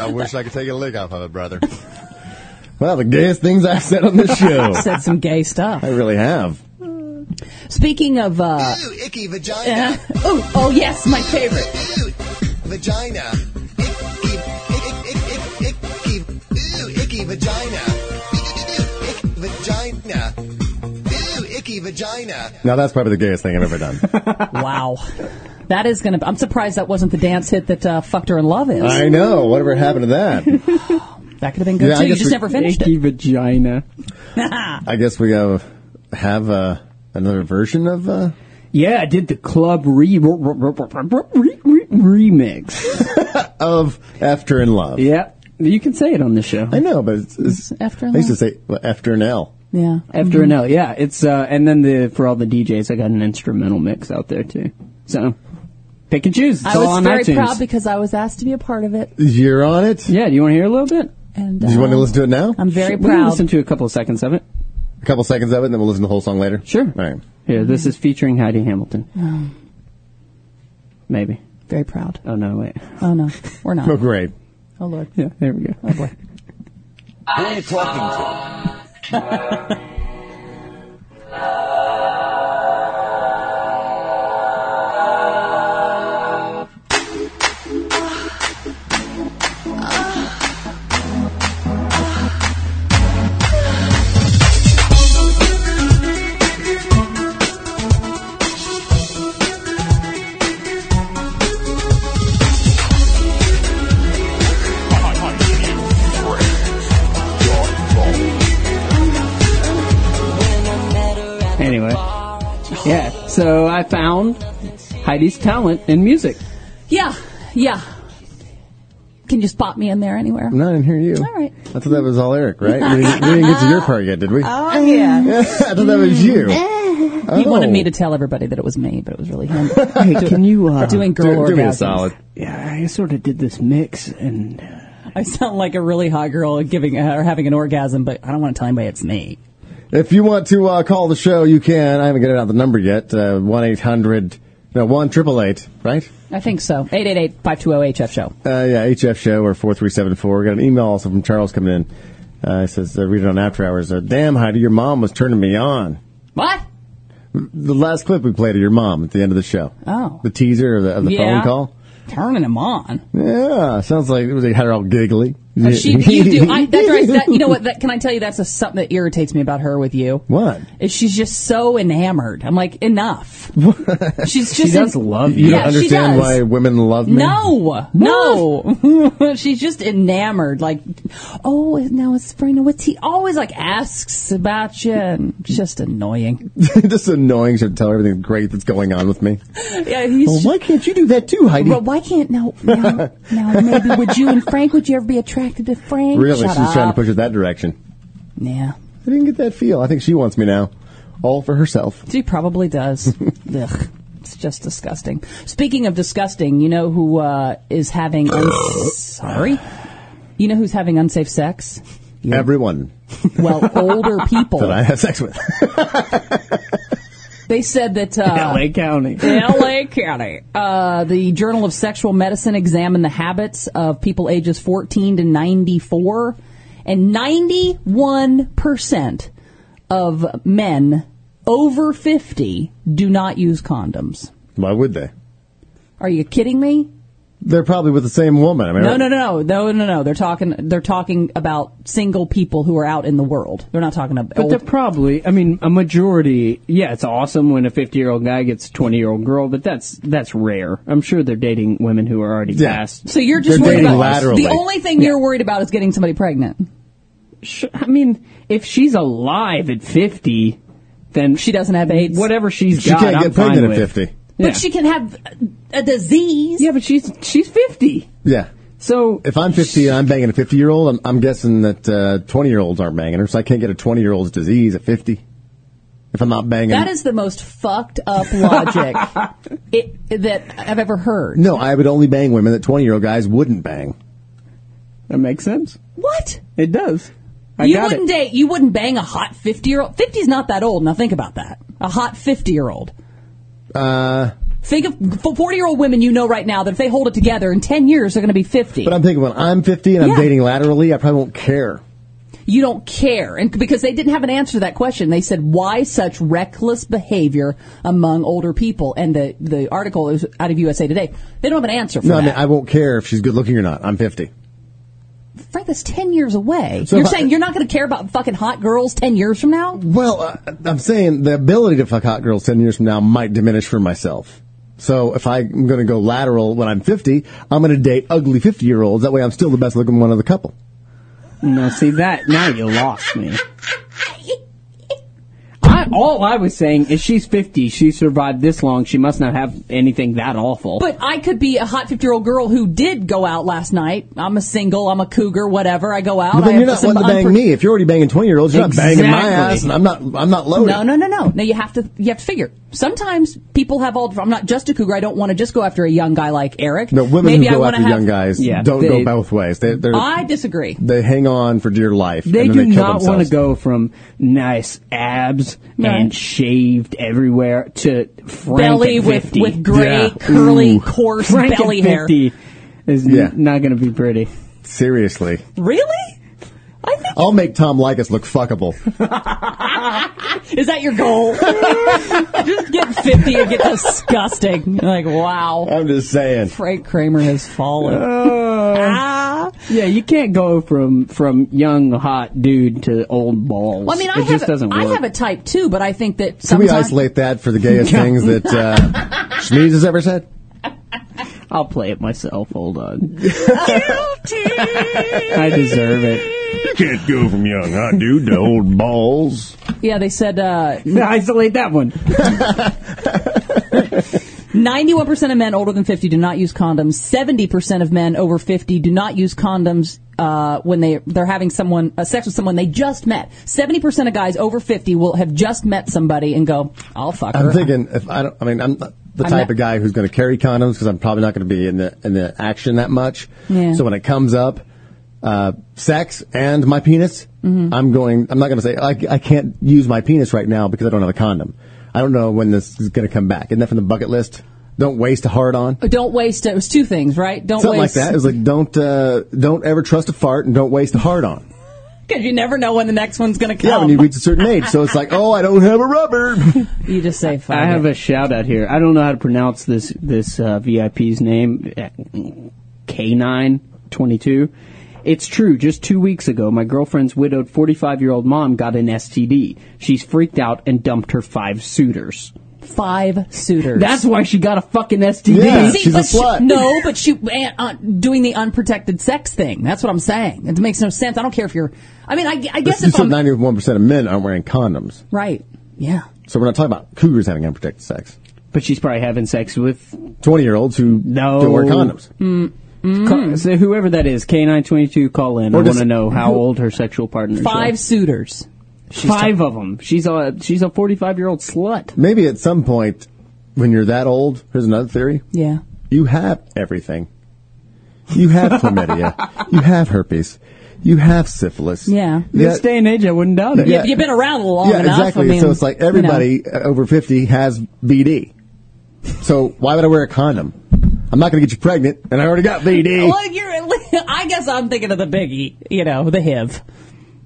Speaker 12: I wish I could take a lick off of it, brother.
Speaker 3: Well, the gayest things I've said on this show.
Speaker 2: said some gay stuff.
Speaker 3: I really have.
Speaker 2: Speaking of. uh
Speaker 12: icky
Speaker 2: uh,
Speaker 12: vagina.
Speaker 2: oh, oh, yes, my favorite.
Speaker 12: Vagina. Ooh, icky vagina. Vagina. Ooh, icky vagina.
Speaker 3: Now that's probably the gayest thing I've ever done.
Speaker 2: Wow. That is going to. I'm surprised that wasn't the dance hit that uh, Fucked Her in Love is.
Speaker 3: I know. Whatever happened to that?
Speaker 2: That could have been good
Speaker 3: Yeah, I
Speaker 2: too. You
Speaker 3: guess
Speaker 2: just
Speaker 3: we-
Speaker 2: never finished
Speaker 5: Icky vagina.
Speaker 2: it.
Speaker 3: I guess we uh, have uh, another version of. Uh,
Speaker 5: Yeah, I did the club re- re- re- re- re- remix.
Speaker 3: of After in Love.
Speaker 5: Yeah, you can say it on this show.
Speaker 3: I know, but it's, it's,
Speaker 2: After
Speaker 3: I
Speaker 2: in
Speaker 3: used to
Speaker 2: Love.
Speaker 3: say well, After an L.
Speaker 2: yeah.
Speaker 5: After an L, yeah, it's uh, and then the for all the DJs, I got an instrumental mix out there too. So pick and choose. It's
Speaker 2: I
Speaker 5: all
Speaker 2: was
Speaker 5: on
Speaker 2: very
Speaker 5: iTunes.
Speaker 2: proud because I was asked to be a part of it.
Speaker 3: You're on it.
Speaker 5: yeah, do you want to hear a little bit?
Speaker 2: And
Speaker 3: Do you want to
Speaker 2: um,
Speaker 3: listen to it now?
Speaker 2: I'm very
Speaker 5: We can
Speaker 2: proud.
Speaker 5: Listen to a couple of seconds of it.
Speaker 3: A couple seconds of it, and then we'll listen to the whole song later.
Speaker 5: Sure.
Speaker 3: All right.
Speaker 5: Here, this
Speaker 2: Mm-hmm.
Speaker 5: is featuring Heidi Hamilton.
Speaker 2: Oh.
Speaker 5: Maybe.
Speaker 2: Very proud.
Speaker 5: Oh no, wait.
Speaker 2: Oh no, we're not.
Speaker 3: Oh, great.
Speaker 2: Oh lord.
Speaker 5: Yeah, there we go.
Speaker 2: Oh boy.
Speaker 7: Who are you talking to?
Speaker 5: Anyway. Yeah, so I found Heidi's talent in music.
Speaker 2: Yeah, yeah. Can you spot me in there anywhere?
Speaker 3: No, I didn't hear you.
Speaker 2: All right.
Speaker 3: I thought that was all Eric, right? we, didn't, we didn't get to your part yet, did we?
Speaker 2: Oh yeah.
Speaker 3: I thought that was you.
Speaker 2: He wanted
Speaker 3: Oh.
Speaker 2: me to tell everybody that it was me, but it was really him.
Speaker 5: Hey, can you uh,
Speaker 2: Doing
Speaker 3: Do,
Speaker 2: girl
Speaker 3: do me a
Speaker 2: orgasms.
Speaker 3: solid.
Speaker 5: Yeah, I sort of did this mix and
Speaker 2: I sound like a really hot girl giving uh, or having an orgasm, but I don't want to tell anybody it's me.
Speaker 3: If you want to uh, call the show, you can. I haven't got out the number yet. Uh, One eight hundred, no one triple eight, right?
Speaker 2: I think so. 888-520-HF show.
Speaker 3: Uh, yeah, HF show or four three seven four. Got an email also from Charles coming in. Uh, he says, uh, "Read it on after hours." Uh, Damn, Heidi, your mom was turning me on.
Speaker 2: What?
Speaker 3: The last clip we played of your mom at the end of the show.
Speaker 2: Oh.
Speaker 3: The teaser of the, of the
Speaker 2: Yeah.
Speaker 3: phone call.
Speaker 2: Turning him on.
Speaker 3: Yeah, sounds like they had her all giggly.
Speaker 2: Oh, She, you do. I, that drives. That, you know what? That, can I tell you? That's a, something that irritates me about her with you.
Speaker 3: What?
Speaker 2: Is she's just so enamored. I'm like, enough. she's just.
Speaker 5: she does love
Speaker 3: You
Speaker 5: you.
Speaker 2: Yeah,
Speaker 3: don't
Speaker 2: she does.
Speaker 3: understand why women love me?
Speaker 2: No, no. she's just enamored. Like, oh, now it's spring. What's he always like asks about you? And it's just annoying.
Speaker 3: Just annoying. Should tell her everything great that's going on with me.
Speaker 2: Yeah, he's.
Speaker 3: Well,
Speaker 2: just-
Speaker 3: why can't you do that too, Heidi?
Speaker 2: But why can't now? Now, now maybe would you and Frank? Would you ever be attracted to Frank?
Speaker 3: really,
Speaker 2: Shut
Speaker 3: she's trying to
Speaker 2: up.
Speaker 3: push it that direction.
Speaker 2: Yeah,
Speaker 3: I didn't get that feel. I think she wants me now, all for herself.
Speaker 2: she probably does. Ugh. It's just disgusting. Speaking of disgusting, you know who uh, is having uns- sorry? You know who's having unsafe sex?
Speaker 3: Everyone
Speaker 2: Well, older people.
Speaker 3: that I have sex with.
Speaker 2: They said that uh,
Speaker 5: L.A. County.
Speaker 2: L.A. County. Uh, the Journal of Sexual Medicine examined the habits of people ages 14 to 94, and 91% of men over 50 do not use condoms.
Speaker 3: Why would they?
Speaker 2: Are you kidding me?
Speaker 3: They're probably with the same woman. I mean,
Speaker 2: No, no, no, no, no, no, no. They're talking. They're talking about single people who are out in the world. They're not talking about.
Speaker 5: But they're probably, I mean, a majority. Yeah, it's awesome when a fifty-year-old guy gets a twenty-year-old girl, but that's that's rare. I'm sure they're dating women who are already past.
Speaker 2: So you're just worried about the only thing you're worried about is getting somebody pregnant.
Speaker 5: I mean, if she's alive at fifty, then
Speaker 2: she doesn't have AIDS.
Speaker 5: Whatever she's
Speaker 3: She
Speaker 5: got,
Speaker 3: can't
Speaker 5: I'm
Speaker 3: get
Speaker 5: fine
Speaker 3: pregnant at
Speaker 5: with.
Speaker 3: 50.
Speaker 5: Yeah.
Speaker 2: But she can have a disease. Yeah,
Speaker 5: but she's she's fifty.
Speaker 3: Yeah.
Speaker 5: So
Speaker 3: if I'm uh, 50 and I'm banging a 50 year old, I'm, I'm guessing that 20 year olds aren't banging her, so I can't get a 20 year old's disease at 50. If I'm not banging,
Speaker 2: That is the most fucked up logic it, that I've ever heard.
Speaker 3: no, I would only bang women that 20 year old guys wouldn't bang.
Speaker 5: That makes sense.
Speaker 2: What?
Speaker 5: It does. I
Speaker 2: you
Speaker 5: got
Speaker 2: wouldn't date. You wouldn't bang a hot fifty-year-old. Fifty's not that old. Now think about that. A hot fifty-year-old.
Speaker 3: Uh,
Speaker 2: Think of forty-year-old women you know right now that if they hold it together in ten years they're going to be fifty.
Speaker 3: but I'm thinking when I'm 50 and
Speaker 2: Yeah.
Speaker 3: I'm dating laterally, I probably won't care.
Speaker 2: you don't care, and because they didn't have an answer to that question, they said why such reckless behavior among older people. And the the article is out of USA Today. They don't have an answer for
Speaker 3: No, I
Speaker 2: that.
Speaker 3: mean I won't care if she's good looking or not. I'm 50.
Speaker 2: Frank, that's 10 years away.
Speaker 3: So
Speaker 2: you're
Speaker 3: if I-
Speaker 2: saying you're not going to care about fucking hot girls 10 years from now?
Speaker 3: Well, uh, I'm saying the ability to fuck hot girls 10 years from now might diminish for myself. So if I'm going to go lateral when I'm 50, I'm going to date ugly 50 year olds. That way I'm still the best looking one of the couple.
Speaker 5: No, see that now you lost me. I, all I was saying is she's 50. She survived this long. She must not have anything that awful.
Speaker 2: But I could be a hot 50 year old girl who did go out last night. I'm a single, I'm a cougar, whatever. I go out.
Speaker 3: But
Speaker 2: I
Speaker 3: then
Speaker 2: have
Speaker 3: you're not
Speaker 2: some
Speaker 3: wanting to bang
Speaker 2: unpro-
Speaker 3: me. If you're already banging 20 year olds, you're not banging my
Speaker 2: Exactly.
Speaker 3: ass and I'm not, I'm not loaded.
Speaker 2: No, no, no, no. No, you have to you have to figure. Sometimes people have all. I'm not just a cougar. I don't want to just go after a young guy like Eric.
Speaker 3: No, women
Speaker 2: Maybe
Speaker 3: who
Speaker 2: I
Speaker 3: go
Speaker 2: wanna
Speaker 3: after
Speaker 2: have,
Speaker 3: young guys don't
Speaker 5: they-
Speaker 3: go both ways. They, they're,
Speaker 2: I disagree.
Speaker 3: they hang on for dear life.
Speaker 5: they
Speaker 3: and
Speaker 5: do
Speaker 3: then they kill
Speaker 5: not want
Speaker 3: themselves.
Speaker 5: to go from nice abs
Speaker 2: No.
Speaker 5: and shaved everywhere to Frank
Speaker 2: Belly
Speaker 5: at
Speaker 2: with-
Speaker 5: 50.
Speaker 2: with gray, curly, coarse
Speaker 5: Frank at
Speaker 2: belly hair.
Speaker 5: 50 is n-
Speaker 3: Yeah.
Speaker 5: not going to be pretty.
Speaker 3: Seriously.
Speaker 2: Really?
Speaker 3: I'll make Tom Likas look fuckable.
Speaker 2: Is that your goal? just get 50 and get disgusting. Like wow.
Speaker 3: I'm just saying.
Speaker 2: Frank Kramer has fallen.
Speaker 5: Oh.
Speaker 2: ah.
Speaker 5: Yeah, you can't go from from young hot dude to old balls.
Speaker 2: Well, I mean, I
Speaker 5: it just
Speaker 2: have
Speaker 5: doesn't
Speaker 2: I
Speaker 5: work.
Speaker 2: have a type too, but I think that
Speaker 3: Can we
Speaker 2: sometimes
Speaker 3: isolate that for the gayest things that uh, Schmeez has ever said?
Speaker 5: I'll play it myself. Hold on. I deserve it.
Speaker 3: Can't go from young hot dude to old balls.
Speaker 2: yeah, they said uh,
Speaker 5: Isolate that one.
Speaker 2: 91% of men older than 50 do not use condoms. 70% of men over 50 do not use condoms uh, when they, they're having someone, uh, sex with someone they just met. 70% of guys over 50 will have just met somebody and go, I'll fuck her.
Speaker 3: I'm thinking if I don't, I mean, I'm not the
Speaker 2: I'm
Speaker 3: type
Speaker 2: not-
Speaker 3: of guy who's going to carry condoms because I'm probably not going to be in the in the action that much.
Speaker 2: Yeah.
Speaker 3: So when it comes up, uh, sex and my penis,
Speaker 2: Mm-hmm.
Speaker 3: I'm going. I'm not going to say I, I can't use my penis right now because I don't have a condom. I don't know when this is going to come back. Isn't that from the bucket list? Don't waste a hard on.
Speaker 2: don't waste it. It was two things, right? Don't
Speaker 3: Something like
Speaker 2: waste.
Speaker 3: that. It's like don't uh, don't ever trust a fart and don't waste a hard on.
Speaker 2: Because you never know when the next one's going to come.
Speaker 3: Yeah, when you reach a certain age, so it's like, oh, I don't have a rubber.
Speaker 2: You just say, fuck
Speaker 5: I
Speaker 2: it.
Speaker 5: have a shout out here. I don't know how to pronounce this this uh, VIP's name. K922. It's true. Just two weeks ago, my girlfriend's widowed 45 year old mom got an STD. She's freaked out and dumped her five suitors.
Speaker 2: Five suitors.
Speaker 5: That's why she got a fucking STD.
Speaker 3: Yeah.
Speaker 2: See,
Speaker 3: she's a
Speaker 2: but she-
Speaker 3: slut.
Speaker 2: no, but she uh, uh, doing the unprotected sex thing. That's what I'm saying. It makes no sense. I don't care if you're. I mean, I, I guess
Speaker 3: You
Speaker 2: if
Speaker 3: said
Speaker 2: I'm
Speaker 3: ninety-one percent of men aren't wearing condoms,
Speaker 2: right, yeah.
Speaker 3: so we're not talking about cougars having unprotected sex.
Speaker 5: But she's probably having sex with
Speaker 3: Twenty-year-olds who
Speaker 5: No.
Speaker 3: don't wear condoms.
Speaker 2: Hmm.
Speaker 5: Call- so whoever that is. K922, call in.
Speaker 3: Or
Speaker 5: I
Speaker 3: does-
Speaker 5: want to know how old her sexual partner is.
Speaker 2: Five suitors.
Speaker 5: Five of them. She's a she's a 45 year old slut.
Speaker 3: Maybe at some point, when you're that old, here's another theory:
Speaker 2: Yeah.
Speaker 3: you have everything. You have chlamydia. you have herpes. you have syphilis.
Speaker 2: Yeah.
Speaker 5: This day and age, I wouldn't doubt it.
Speaker 2: Yeah, You've been around long
Speaker 3: yeah,
Speaker 2: enough.
Speaker 3: exactly.
Speaker 2: I mean,
Speaker 3: so it's like
Speaker 2: you know.
Speaker 3: everybody uh, over 50 has BD. So why would I wear a condom? I'm not going to get you pregnant, and I already got BD.
Speaker 2: Well, you're, I guess I'm thinking of the biggie, you know, the HIV.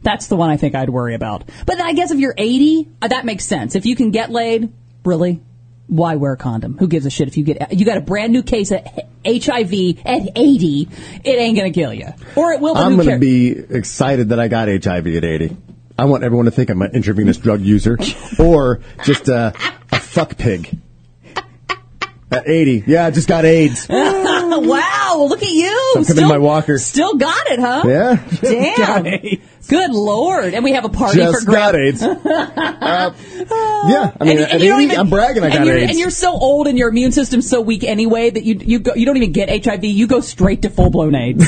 Speaker 2: That's the one I think I'd worry about. But I guess if you're 80, uh, that makes sense. If you can get laid, really, why wear a condom? Who gives a shit if you get you got a brand new case of h- HIV at 80? It ain't gonna kill you, or it will. But
Speaker 3: I'm
Speaker 2: who
Speaker 3: going to
Speaker 2: cares?
Speaker 3: be excited that I got HIV at 80. I want everyone to think I'm an intravenous drug user or just a, a fuck pig. At 80. Yeah, I just got AIDS.
Speaker 2: Oh, wow, look at you!
Speaker 3: Something in
Speaker 2: still,
Speaker 3: my walker.
Speaker 2: Still got it, huh?
Speaker 3: Yeah.
Speaker 2: Damn. Good lord! And we have a party
Speaker 3: Just
Speaker 2: for grab-
Speaker 3: got AIDS. Uh, Yeah, I mean,
Speaker 2: And-
Speaker 3: at
Speaker 2: and you don't
Speaker 3: 80,
Speaker 2: even-
Speaker 3: I'm bragging I
Speaker 2: and
Speaker 3: got
Speaker 2: you're,
Speaker 3: AIDS.
Speaker 2: And you're so old and your immune system's so weak anyway that you you go, you don't even get HIV. You go straight to full blown AIDS.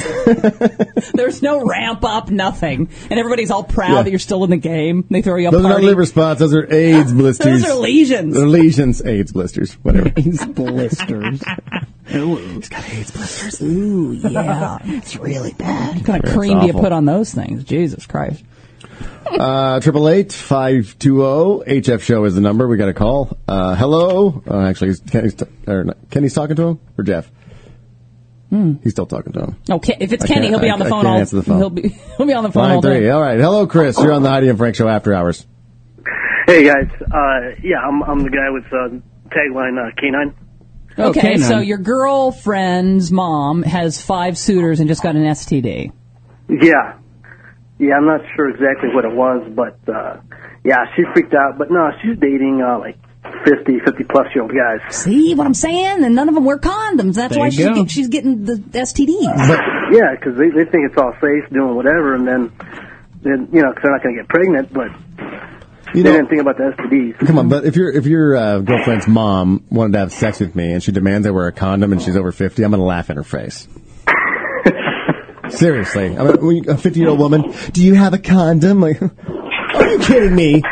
Speaker 2: There's no ramp up, nothing, and everybody's all proud
Speaker 3: Yeah.
Speaker 2: that you're still in the game. They throw you a
Speaker 3: Those are not
Speaker 2: party.
Speaker 3: liver spots. Those are AIDS blisters.
Speaker 2: Those are lesions.
Speaker 3: They're lesions. AIDS blisters. Whatever.
Speaker 5: AIDS blisters.
Speaker 3: He's got AIDS blisters.
Speaker 2: Ooh, yeah,
Speaker 5: it's really bad.
Speaker 2: What kind of
Speaker 3: That's
Speaker 2: cream do you
Speaker 3: awful.
Speaker 2: put on those things? Jesus Christ!
Speaker 3: Uh, Triple eight five two zero HF show is the number. We got a call. Uh, hello. Uh, actually, is Kenny's, t- or not, Kenny's talking to him or Jeff. He's still talking to him.
Speaker 2: Okay, if it's
Speaker 3: I
Speaker 2: Kenny,
Speaker 3: can't-
Speaker 2: he'll be
Speaker 3: I-
Speaker 2: on the
Speaker 3: I
Speaker 2: phone
Speaker 3: can't
Speaker 2: all.
Speaker 3: answer the phone.
Speaker 2: He'll be he'll be on the phone
Speaker 3: Line
Speaker 2: all day.
Speaker 3: three. All right. Hello, Chris. You're on the Heidi and Frank show after hours.
Speaker 11: Hey guys, uh, yeah, I'm I'm the guy with uh, tagline uh, canine.
Speaker 5: Oh,
Speaker 2: Okay,
Speaker 11: Okay,
Speaker 2: so
Speaker 11: then.
Speaker 2: your girlfriend's mom has five suitors and just got an STD.
Speaker 11: Yeah, yeah, I'm not sure exactly what it was, but uh, yeah, she freaked out. But no, she's dating uh, like 50, 50 plus year old guys.
Speaker 2: See what I'm saying? And none of them wear condoms. That's
Speaker 11: There
Speaker 2: why
Speaker 11: you
Speaker 2: she's,
Speaker 11: go.
Speaker 2: get, she's getting the STDs.
Speaker 11: Yeah, 'cause they they think it's all safe, doing whatever, and then then you know they they're not gonna get pregnant, but
Speaker 3: You
Speaker 11: they
Speaker 3: know-
Speaker 11: didn't think about the STDs.
Speaker 3: Come on, but if your if your uh, girlfriend's mom wanted to have sex with me and she demands I wear a condom and she's over fifty, I'm gonna laugh in her face. Seriously, I mean, when you- a fifty year old woman. Do you have a condom? Like, are you kidding me?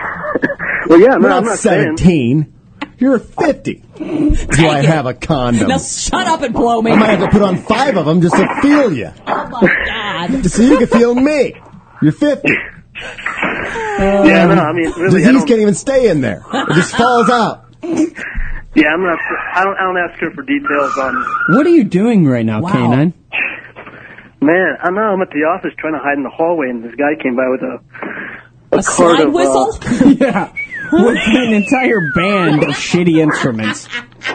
Speaker 11: Well, yeah, no,
Speaker 3: You're
Speaker 11: I'm not saying.
Speaker 3: seventeen. You're fifty. Do I
Speaker 2: it.
Speaker 3: have a condom?
Speaker 2: Now shut up and blow me. Oh,
Speaker 3: I might have to put on five of them just to feel you,
Speaker 2: God.
Speaker 3: just so you can feel me. You're fifty.
Speaker 11: Yeah, no, I mean, really, I
Speaker 3: disease
Speaker 11: don't-
Speaker 3: can't even stay in there. It just falls out.
Speaker 11: Yeah, I'm not. sure- I don't I don't ask her for details on
Speaker 5: What are you doing right now,
Speaker 11: Wow.
Speaker 5: Canine?
Speaker 11: Man, I know I'm at the office trying to hide in the hallway, and this guy came by with a a,
Speaker 5: A
Speaker 11: card
Speaker 5: slide
Speaker 11: of,
Speaker 5: whistle?
Speaker 11: Uh,
Speaker 5: yeah, with an entire band of shitty instruments.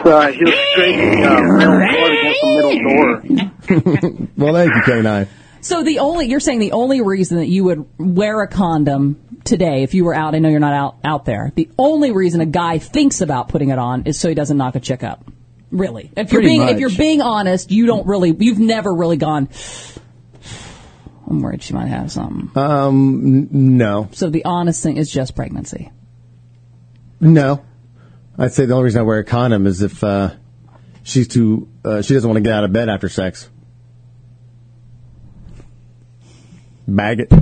Speaker 11: uh, he was scraping uh, metal cord against the middle door.
Speaker 3: well, thank you, K9.
Speaker 2: So the only you're saying the only reason that you would wear a condom today, if you were out, I know you're not out out there. The only reason a guy thinks about putting it on is so he doesn't knock a chick up. Really, if you're
Speaker 5: Pretty
Speaker 2: being if
Speaker 5: much.
Speaker 2: you're being honest, you don't really you've never really gone. I'm worried she might have something.
Speaker 3: Um, n- no,
Speaker 2: So the honest thing is just pregnancy.
Speaker 3: no. I'd say the only reason I wear a condom is if uh, she's too uh, she doesn't want to get out of bed after sex. Bag it.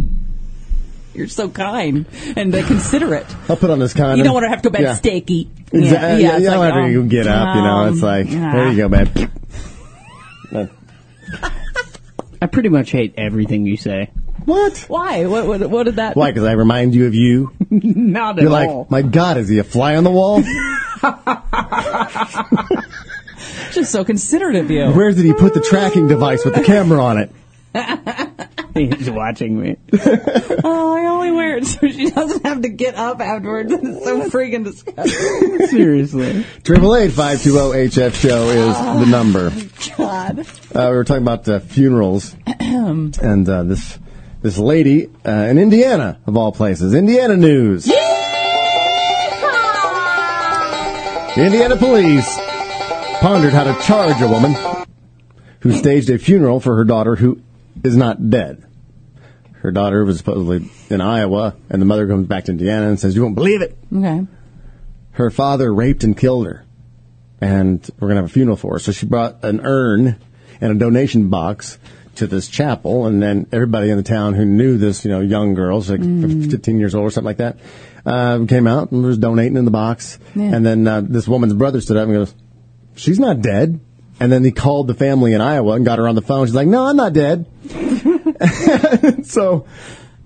Speaker 2: You're so kind and they consider it.
Speaker 3: I'll put on this condom.
Speaker 2: You don't want to have to go back
Speaker 3: Yeah.
Speaker 2: stakey.
Speaker 3: Exa- Yeah, yeah,
Speaker 2: it's
Speaker 3: you don't
Speaker 2: like,
Speaker 3: have to
Speaker 2: um,
Speaker 3: get up. You know, it's
Speaker 2: um,
Speaker 3: like
Speaker 2: ah.
Speaker 3: there you go, babe.
Speaker 5: I pretty much hate everything you say.
Speaker 3: What?
Speaker 2: Why? What? What, what did that?
Speaker 3: Why? Because I remind you of you.
Speaker 5: Not at
Speaker 3: You're like,
Speaker 5: all.
Speaker 3: my God, is he a fly on the wall?
Speaker 2: Just so considerate of you.
Speaker 3: Where did he put the tracking device with the camera on it?
Speaker 5: He's watching me.
Speaker 2: Oh, I only wear it so she doesn't have to get up afterwards. It's so freaking disgusting.
Speaker 5: Seriously.
Speaker 3: Triple eight five two zero HF show is the number.
Speaker 2: God.
Speaker 3: Uh, we were talking about uh, funerals, and uh, this this lady uh, in Indiana, of all places, Indiana news. The Indiana police pondered how to charge a woman who staged a funeral for her daughter who is not dead. Her daughter was supposedly in Iowa, and the mother comes back to Indiana and says, "You won't believe it."
Speaker 2: Okay.
Speaker 3: her father raped and killed her, and we're gonna have a funeral for her. So she brought an urn and a donation box to this chapel, and then everybody in the town who knew this, you know, young girls like
Speaker 13: Mm.
Speaker 3: 15 years old or something like that, uh, came out and was donating in the box.
Speaker 13: Yeah.
Speaker 3: And then uh, this woman's brother stood up and goes, "She's not dead." And then he called the family in Iowa and got her on the phone. She's like, "No, I'm not dead." so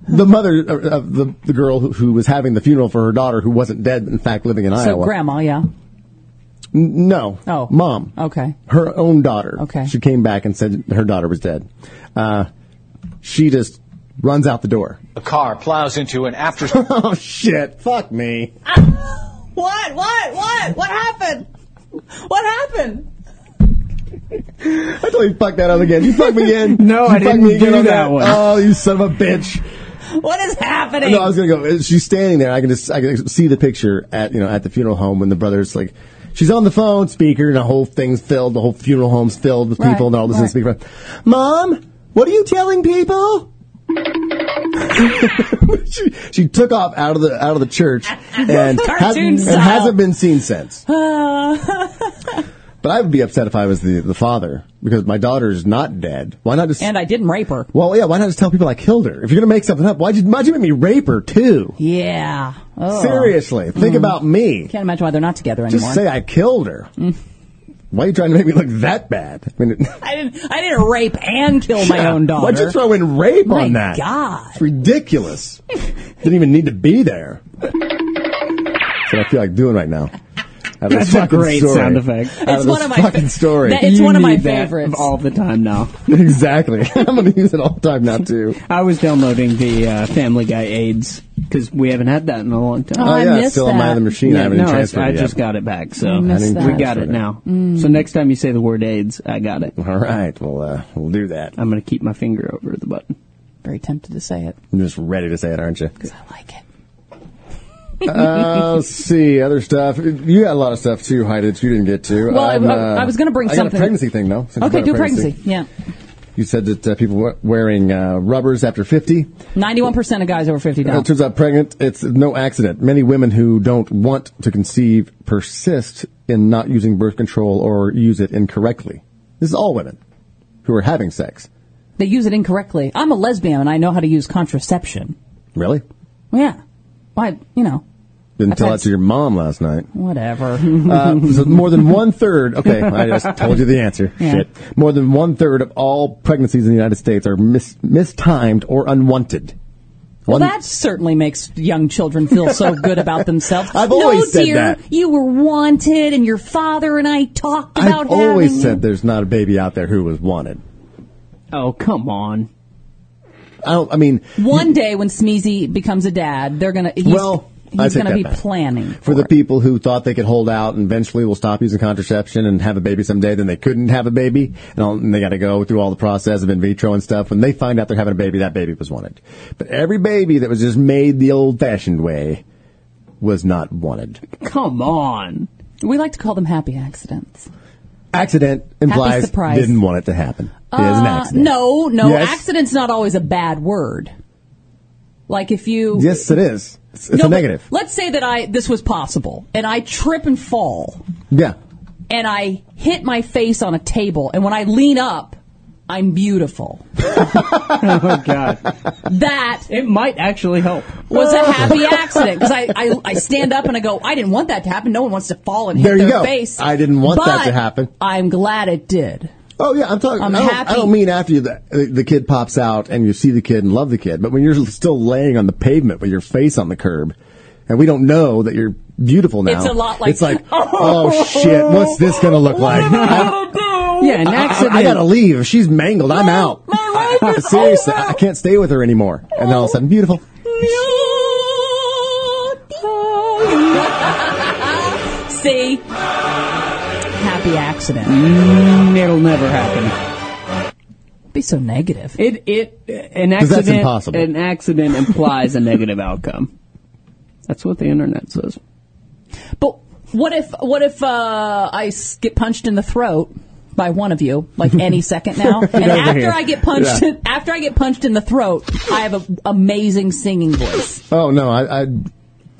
Speaker 3: the mother uh, of the, the girl who, who was having the funeral for her daughter, who wasn't dead, but in fact living in
Speaker 2: so
Speaker 3: Iowa.
Speaker 2: grandma, yeah.
Speaker 3: N- No. Oh. Mom.
Speaker 2: Okay.
Speaker 3: Her own daughter.
Speaker 2: Okay.
Speaker 3: She came back and said her daughter was dead. Uh, she just runs out the door.
Speaker 10: A car plows into an after
Speaker 3: oh, shit. Fuck me.
Speaker 2: What? What? What? What happened? What happened?
Speaker 3: I totally fucked that up again. You fucked me again.
Speaker 5: No,
Speaker 3: you
Speaker 5: I
Speaker 3: fucked
Speaker 5: didn't
Speaker 3: me again
Speaker 5: do
Speaker 3: on
Speaker 5: that one.
Speaker 3: Oh, you son of a bitch.
Speaker 2: What is happening?
Speaker 3: No, I was gonna go. uh, She's standing there. I can just I can see the picture at you know at the funeral home when the brothers like she's on the phone speaker and the whole thing's filled. The whole funeral home's filled with people
Speaker 12: Right,
Speaker 3: and all this
Speaker 12: right.
Speaker 3: is speaker. Mom, what are you telling people? she, she took off out of the out of the church and, has,
Speaker 2: Cartoon
Speaker 3: and
Speaker 2: style.
Speaker 3: hasn't been seen since.
Speaker 2: Uh,
Speaker 3: But I would be upset if I was the the father because my daughter's not dead. Why not just
Speaker 2: and I didn't rape her.
Speaker 3: well, yeah. Why not just tell people I killed her? If you're gonna make something up, why'd you, why'd you make me rape her too?
Speaker 2: Yeah. Oh.
Speaker 3: Seriously, think about me.
Speaker 2: Can't imagine why they're not together anymore.
Speaker 3: Just say I killed her. Why are you trying to make me look that bad? I mean, it-
Speaker 2: I didn't. I didn't rape and kill my
Speaker 3: Yeah,
Speaker 2: own daughter.
Speaker 3: Why'd you throw in rape
Speaker 2: My
Speaker 3: on that?
Speaker 2: God.
Speaker 3: It's ridiculous. Didn't even need to be there. That's what I feel like doing right now. Out of this
Speaker 5: That's a
Speaker 3: fucking
Speaker 5: great
Speaker 3: story.
Speaker 5: sound effect.
Speaker 3: Out of this fucking story.
Speaker 2: that- it's
Speaker 5: You
Speaker 2: one of my
Speaker 5: need that
Speaker 2: favorites.
Speaker 5: all the time now.
Speaker 3: exactly. I'm going to use it all the time now too.
Speaker 5: I was downloading the uh, Family Guy AIDS because we haven't had that in a long time.
Speaker 3: Oh, Oh, I yeah, it's missed still on my that. other machine. I
Speaker 5: Yeah,
Speaker 3: haven't
Speaker 5: no,
Speaker 3: transferred
Speaker 5: I
Speaker 3: it yet.
Speaker 5: just got it back, so
Speaker 3: I missed I
Speaker 5: we
Speaker 3: didn't
Speaker 5: got
Speaker 3: transfer it.
Speaker 5: it now.
Speaker 3: Mm.
Speaker 5: So next time you say the word AIDS, I got it.
Speaker 3: All right, well, uh, we'll do that.
Speaker 5: I'm going to keep my finger over the button.
Speaker 2: Very tempted to say it.
Speaker 3: You're just ready to say it, aren't you? Because I like it. uh, let's see other stuff. You got a lot of stuff too, Heidi, that you didn't get to.
Speaker 2: Well, I-
Speaker 3: I'm,
Speaker 2: I- I was gonna bring
Speaker 3: I got
Speaker 2: something.
Speaker 3: a pregnancy thing, though. since you
Speaker 2: okay,
Speaker 3: brought up
Speaker 2: do pregnancy. Yeah.
Speaker 3: You said that uh, people were wearing uh, rubbers after 50.
Speaker 2: Ninety-one percent of guys over fifty
Speaker 3: Well,
Speaker 2: don't.
Speaker 3: It turns out pregnant, it's no accident. Many women who don't want to conceive persist in not using birth control or use it incorrectly. This is all women who are having sex.
Speaker 2: They use it incorrectly. I'm a lesbian and I know how to use contraception.
Speaker 3: Really?
Speaker 2: Yeah. Why? You know.
Speaker 3: Didn't
Speaker 2: I've
Speaker 3: tell
Speaker 2: had
Speaker 3: that to your mom last night.
Speaker 2: Whatever.
Speaker 3: Uh, so more than one third. Okay, I just told you the answer.
Speaker 2: Yeah.
Speaker 3: Shit. More than one third of all pregnancies in the United States are mis- mistimed or unwanted.
Speaker 2: Well,
Speaker 3: One-
Speaker 2: that certainly makes young children feel so good about themselves.
Speaker 3: I've
Speaker 2: no,
Speaker 3: always said
Speaker 2: dear,
Speaker 3: that.
Speaker 2: you were wanted, and your father and I talked about
Speaker 3: I've always
Speaker 2: having
Speaker 3: said there's not a baby out there who was wanted.
Speaker 5: Oh, come on.
Speaker 3: I don't. I mean,
Speaker 2: you. One day when Sneezy becomes a dad, they're gonna. He's,
Speaker 3: Well, I
Speaker 2: he's
Speaker 3: take
Speaker 2: gonna
Speaker 3: that
Speaker 2: be
Speaker 3: back.
Speaker 2: planning.
Speaker 3: for the people who thought they could hold out and eventually will stop using contraception and have a baby someday, then they couldn't have a baby and, all, and they got to go through all the process of in vitro and stuff. When they find out they're having a baby, that baby was wanted. But every baby that was just made the old-fashioned way was not wanted.
Speaker 5: Come on.
Speaker 2: We like to call them happy accidents.
Speaker 3: Accident
Speaker 2: Happy
Speaker 3: implies
Speaker 2: surprise.
Speaker 3: didn't want it to happen. it is an
Speaker 2: Uh,
Speaker 3: accident.
Speaker 2: No, no,
Speaker 3: Yes.
Speaker 2: accident's not always a bad word. Like if you
Speaker 3: Yes, it is. It's, it's
Speaker 2: No,
Speaker 3: a
Speaker 2: but
Speaker 3: negative.
Speaker 2: Let's say that I this was possible, and I trip and fall,
Speaker 3: Yeah.
Speaker 2: and I hit my face on a table, and when I lean up, I'm beautiful.
Speaker 5: oh God.
Speaker 2: That
Speaker 5: It might actually help.
Speaker 2: was
Speaker 3: Oh.
Speaker 2: a happy accident because I, I I stand up and I go, I didn't want that to happen. No one wants to fall and hit
Speaker 3: There you
Speaker 2: their
Speaker 3: go.
Speaker 2: face.
Speaker 3: I didn't want that
Speaker 2: But
Speaker 3: to happen.
Speaker 2: I'm glad it did.
Speaker 3: Oh yeah, I'm talking.
Speaker 2: I'm
Speaker 3: I, don't,
Speaker 2: happy.
Speaker 3: I don't mean after you the, the kid pops out and you see the kid and love the kid, but when you're still laying on the pavement with your face on the curb, and we don't know that you're beautiful now.
Speaker 2: It's a lot like-
Speaker 3: it's like oh shit, what's this gonna look like? I,
Speaker 5: Yeah, an
Speaker 3: I- I-
Speaker 5: accident.
Speaker 3: I gotta leave. She's mangled. I'm out. Seriously, I can't stay with her anymore. And then all of a sudden, beautiful.
Speaker 2: See, happy accident.
Speaker 5: Mm, it'll never happen.
Speaker 2: Be so negative.
Speaker 5: It it an
Speaker 2: 'Cause
Speaker 5: accident.
Speaker 2: that's impossible.
Speaker 5: An accident implies a negative outcome. That's what the internet says.
Speaker 2: But what if what if uh, I s- get punched in the throat by one of you, like any second now, and
Speaker 5: Get over
Speaker 2: after
Speaker 5: here.
Speaker 2: I get punched,
Speaker 3: Yeah.
Speaker 2: after I get punched in the throat, I have an amazing singing voice.
Speaker 3: Oh no, I. I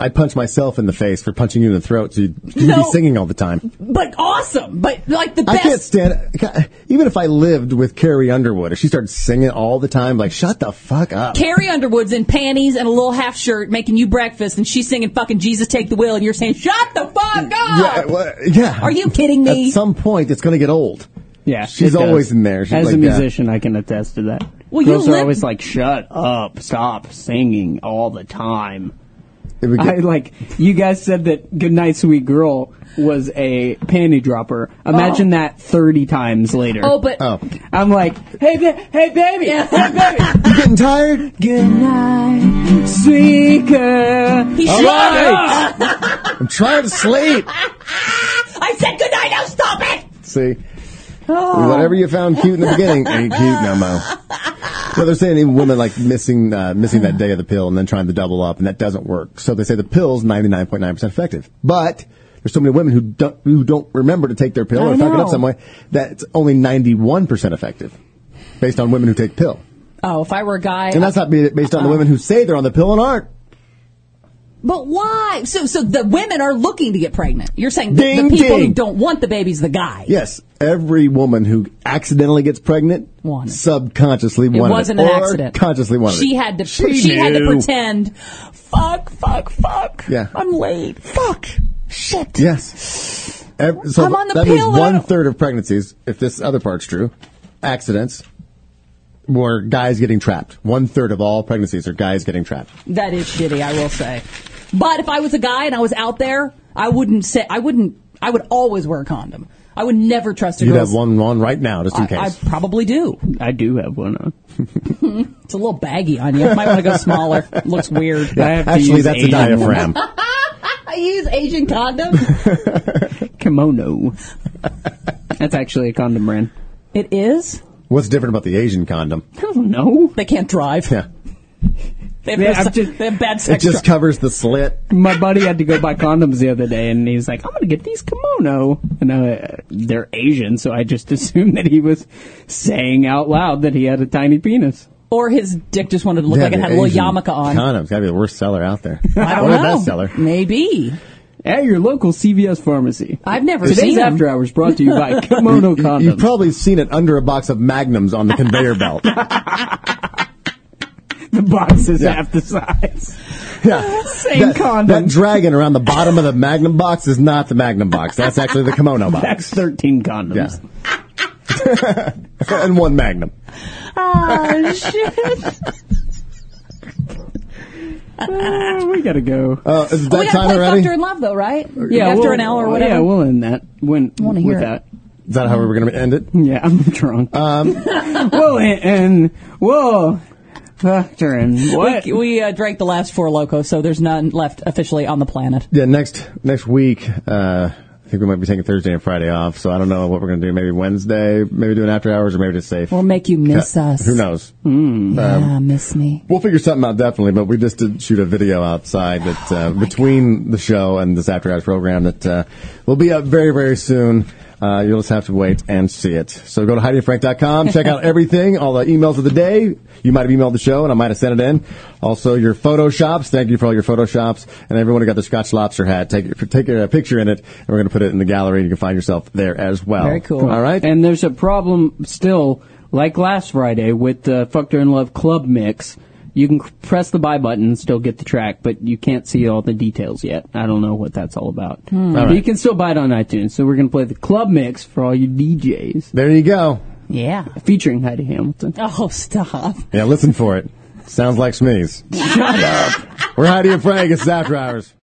Speaker 3: I punch myself in the face for punching you in the throat, so you'd, you'd
Speaker 2: No.
Speaker 3: be singing all the time.
Speaker 2: But awesome, but like the
Speaker 3: I can't
Speaker 2: best.
Speaker 3: stand Even if I lived with Carrie Underwood, if she started singing all the time, like, shut the fuck up.
Speaker 2: Carrie Underwood's in panties and a little half shirt making you breakfast, and she's singing "Fucking Jesus Take the Wheel," and you're saying "Shut the fuck up."
Speaker 3: yeah, well, yeah.
Speaker 2: Are you kidding me?
Speaker 3: At some point, it's going to get old.
Speaker 5: Yeah,
Speaker 3: She's
Speaker 5: it does.
Speaker 3: always in there. She's
Speaker 5: As
Speaker 3: like
Speaker 5: a
Speaker 3: that.
Speaker 5: musician, I can attest to that.
Speaker 2: Well,
Speaker 5: Girls
Speaker 2: you
Speaker 5: are
Speaker 2: live-
Speaker 5: always like, "Shut up! Stop singing all the time."
Speaker 3: would get-
Speaker 5: I like you guys said that "Goodnight, Sweet Girl" was a panty dropper. Imagine that thirty times later.
Speaker 2: Oh, but- Oh.
Speaker 5: I'm like, "Hey, ba- hey, baby, hey, baby,
Speaker 3: you getting tired?
Speaker 5: Goodnight, sweet girl."
Speaker 3: Oh,
Speaker 2: He
Speaker 5: All
Speaker 2: should-
Speaker 5: right.
Speaker 3: I'm trying to sleep.
Speaker 2: I said good night. Now stop it.
Speaker 3: See,
Speaker 2: Oh.
Speaker 3: whatever you found cute in the beginning ain't cute no more. So they're saying even women like missing uh, missing that day of the pill and then trying to double up, and that doesn't work. So they say the pill's ninety nine point nine percent effective, but there's so many women who don't who don't remember to take their pill
Speaker 2: I
Speaker 3: or fuck it
Speaker 2: know.
Speaker 3: up some way that it's only ninety one percent effective, based on women who take pill,
Speaker 2: Oh, if I were a guy,
Speaker 3: and that's not be- based on the women who say they're on the pill and aren't.
Speaker 2: But why? So, so the women are looking to get pregnant. You're saying the, the
Speaker 3: Ding,
Speaker 2: people who
Speaker 3: ding.
Speaker 2: don't want the baby's the guy.
Speaker 3: Yes, every woman who accidentally gets pregnant
Speaker 2: Wanted.
Speaker 3: subconsciously
Speaker 2: It
Speaker 3: wanted
Speaker 2: wasn't
Speaker 3: it,
Speaker 2: an
Speaker 3: or
Speaker 2: accident.
Speaker 3: Consciously wanted
Speaker 2: She
Speaker 3: it.
Speaker 2: had to. She, had to
Speaker 3: knew.
Speaker 2: pretend. Fuck! Fuck! Fuck!
Speaker 3: Yeah.
Speaker 2: I'm late. Fuck! Shit!
Speaker 3: Yes. Ev- So
Speaker 2: I'm on the
Speaker 3: that
Speaker 2: pill
Speaker 3: means
Speaker 2: and I
Speaker 3: one
Speaker 2: don't-
Speaker 3: third of pregnancies, if this other part's true, accidents were guys getting trapped. One third of all pregnancies are guys getting trapped.
Speaker 2: That is shitty. I will say. But if I was a guy and I was out there, I wouldn't say. I wouldn't. I would always wear a condom. I would never trust a
Speaker 3: You'd
Speaker 2: girl.
Speaker 3: have one on right now, just in
Speaker 2: I, I
Speaker 3: case.
Speaker 2: probably do.
Speaker 5: I do have one on.
Speaker 2: It's a little baggy on you. Might want to go smaller. Looks weird.
Speaker 5: I have to
Speaker 3: Actually,
Speaker 5: use
Speaker 3: that's a
Speaker 5: Asian
Speaker 3: diaphragm.
Speaker 2: I use Asian condom.
Speaker 5: kimono. that's actually a condom brand.
Speaker 2: It is.
Speaker 3: What's different about the Asian condom?
Speaker 5: I
Speaker 2: Oh,
Speaker 5: don't know.
Speaker 2: They can't drive.
Speaker 3: Yeah.
Speaker 2: They have,
Speaker 5: Yeah,
Speaker 2: bad
Speaker 5: I'm
Speaker 2: se-
Speaker 5: just-
Speaker 2: they have bad
Speaker 3: It
Speaker 2: sex.
Speaker 3: just covers the slit.
Speaker 5: My buddy had to go buy condoms the other day, and he was like, "I'm gonna get these kimono," and uh, they're Asian, so I just assumed that he was saying out loud that he had a tiny penis.
Speaker 2: or his dick just wanted to look
Speaker 3: Yeah,
Speaker 2: like it
Speaker 3: the
Speaker 2: had a little
Speaker 3: Asian
Speaker 2: yarmulke on.
Speaker 3: Condoms gotta be the worst seller out there.
Speaker 2: I don't
Speaker 3: what
Speaker 2: know.
Speaker 3: a best seller.
Speaker 2: Maybe.
Speaker 5: At your local CVS pharmacy.
Speaker 2: I've never
Speaker 5: Today's
Speaker 2: seen 'em.
Speaker 5: after hours brought to you by kimono condoms.
Speaker 3: You've probably seen it under a box of magnums on the conveyor belt.
Speaker 5: the box is
Speaker 3: Yeah.
Speaker 5: half the size.
Speaker 3: Yeah.
Speaker 5: Same
Speaker 3: that,
Speaker 5: condom.
Speaker 3: That dragon around the bottom of the Magnum box is not the Magnum box. That's actually the kimono box.
Speaker 5: That's thirteen condoms.
Speaker 3: Yeah. and one Magnum.
Speaker 2: Oh, shit.
Speaker 5: Ah, we gotta go.
Speaker 3: Uh, is it
Speaker 2: we
Speaker 3: that
Speaker 2: got to
Speaker 3: time
Speaker 2: Oh, play
Speaker 3: already?
Speaker 2: Doctor in Love, though, right?
Speaker 5: yeah,
Speaker 2: After
Speaker 5: we'll-
Speaker 2: an hour or whatever.
Speaker 5: Yeah, we'll end that. When
Speaker 2: Wanna hear
Speaker 5: with
Speaker 2: it.
Speaker 5: that.
Speaker 3: Is that how we were going to end it?
Speaker 5: Yeah, I'm drunk. Um, well, and, and well, Doctor, and what?
Speaker 2: We, we uh, drank the last four locos, so there's none left officially on the planet.
Speaker 3: Yeah, next next week. Uh, I think we might be taking Thursday and Friday off, so I don't know what we're going to do. Maybe Wednesday, maybe do an after hours, or maybe just safe.
Speaker 2: We'll make you miss us.
Speaker 3: Who knows?
Speaker 2: Yeah, miss me.
Speaker 3: We'll figure something out definitely, but we just did shoot a video outside that
Speaker 2: Oh
Speaker 3: uh, between the show and this after hours program that uh, will be up very, very soon. Uh, you'll just have to wait and see it. So go to HeidiFrank.com, check out everything, all the emails of the day. You might have emailed the show and I might have sent it in. Also your photoshops. Thank you for all your photoshops and everyone who got the Scotch Lobster hat. Take take a picture in it and we're going to put it in the gallery and you can find yourself there as well.
Speaker 2: Very cool.
Speaker 3: All right.
Speaker 5: Oh, And there's a problem still, like last Friday with the Fucked in Love Club mix. You can c- press the buy button and still get the track, but you can't see all the details yet. I don't know what that's all about.
Speaker 2: Hmm.
Speaker 5: But
Speaker 3: right.
Speaker 5: You can still buy it on iTunes. So we're going to play the club mix for all you DJs,
Speaker 3: there you go.
Speaker 2: Yeah.
Speaker 5: featuring Heidi Hamilton.
Speaker 2: Oh, stop.
Speaker 3: Yeah, listen for it. Sounds like Smeeze. Shut up. We're Heidi and Frank. It's after hours.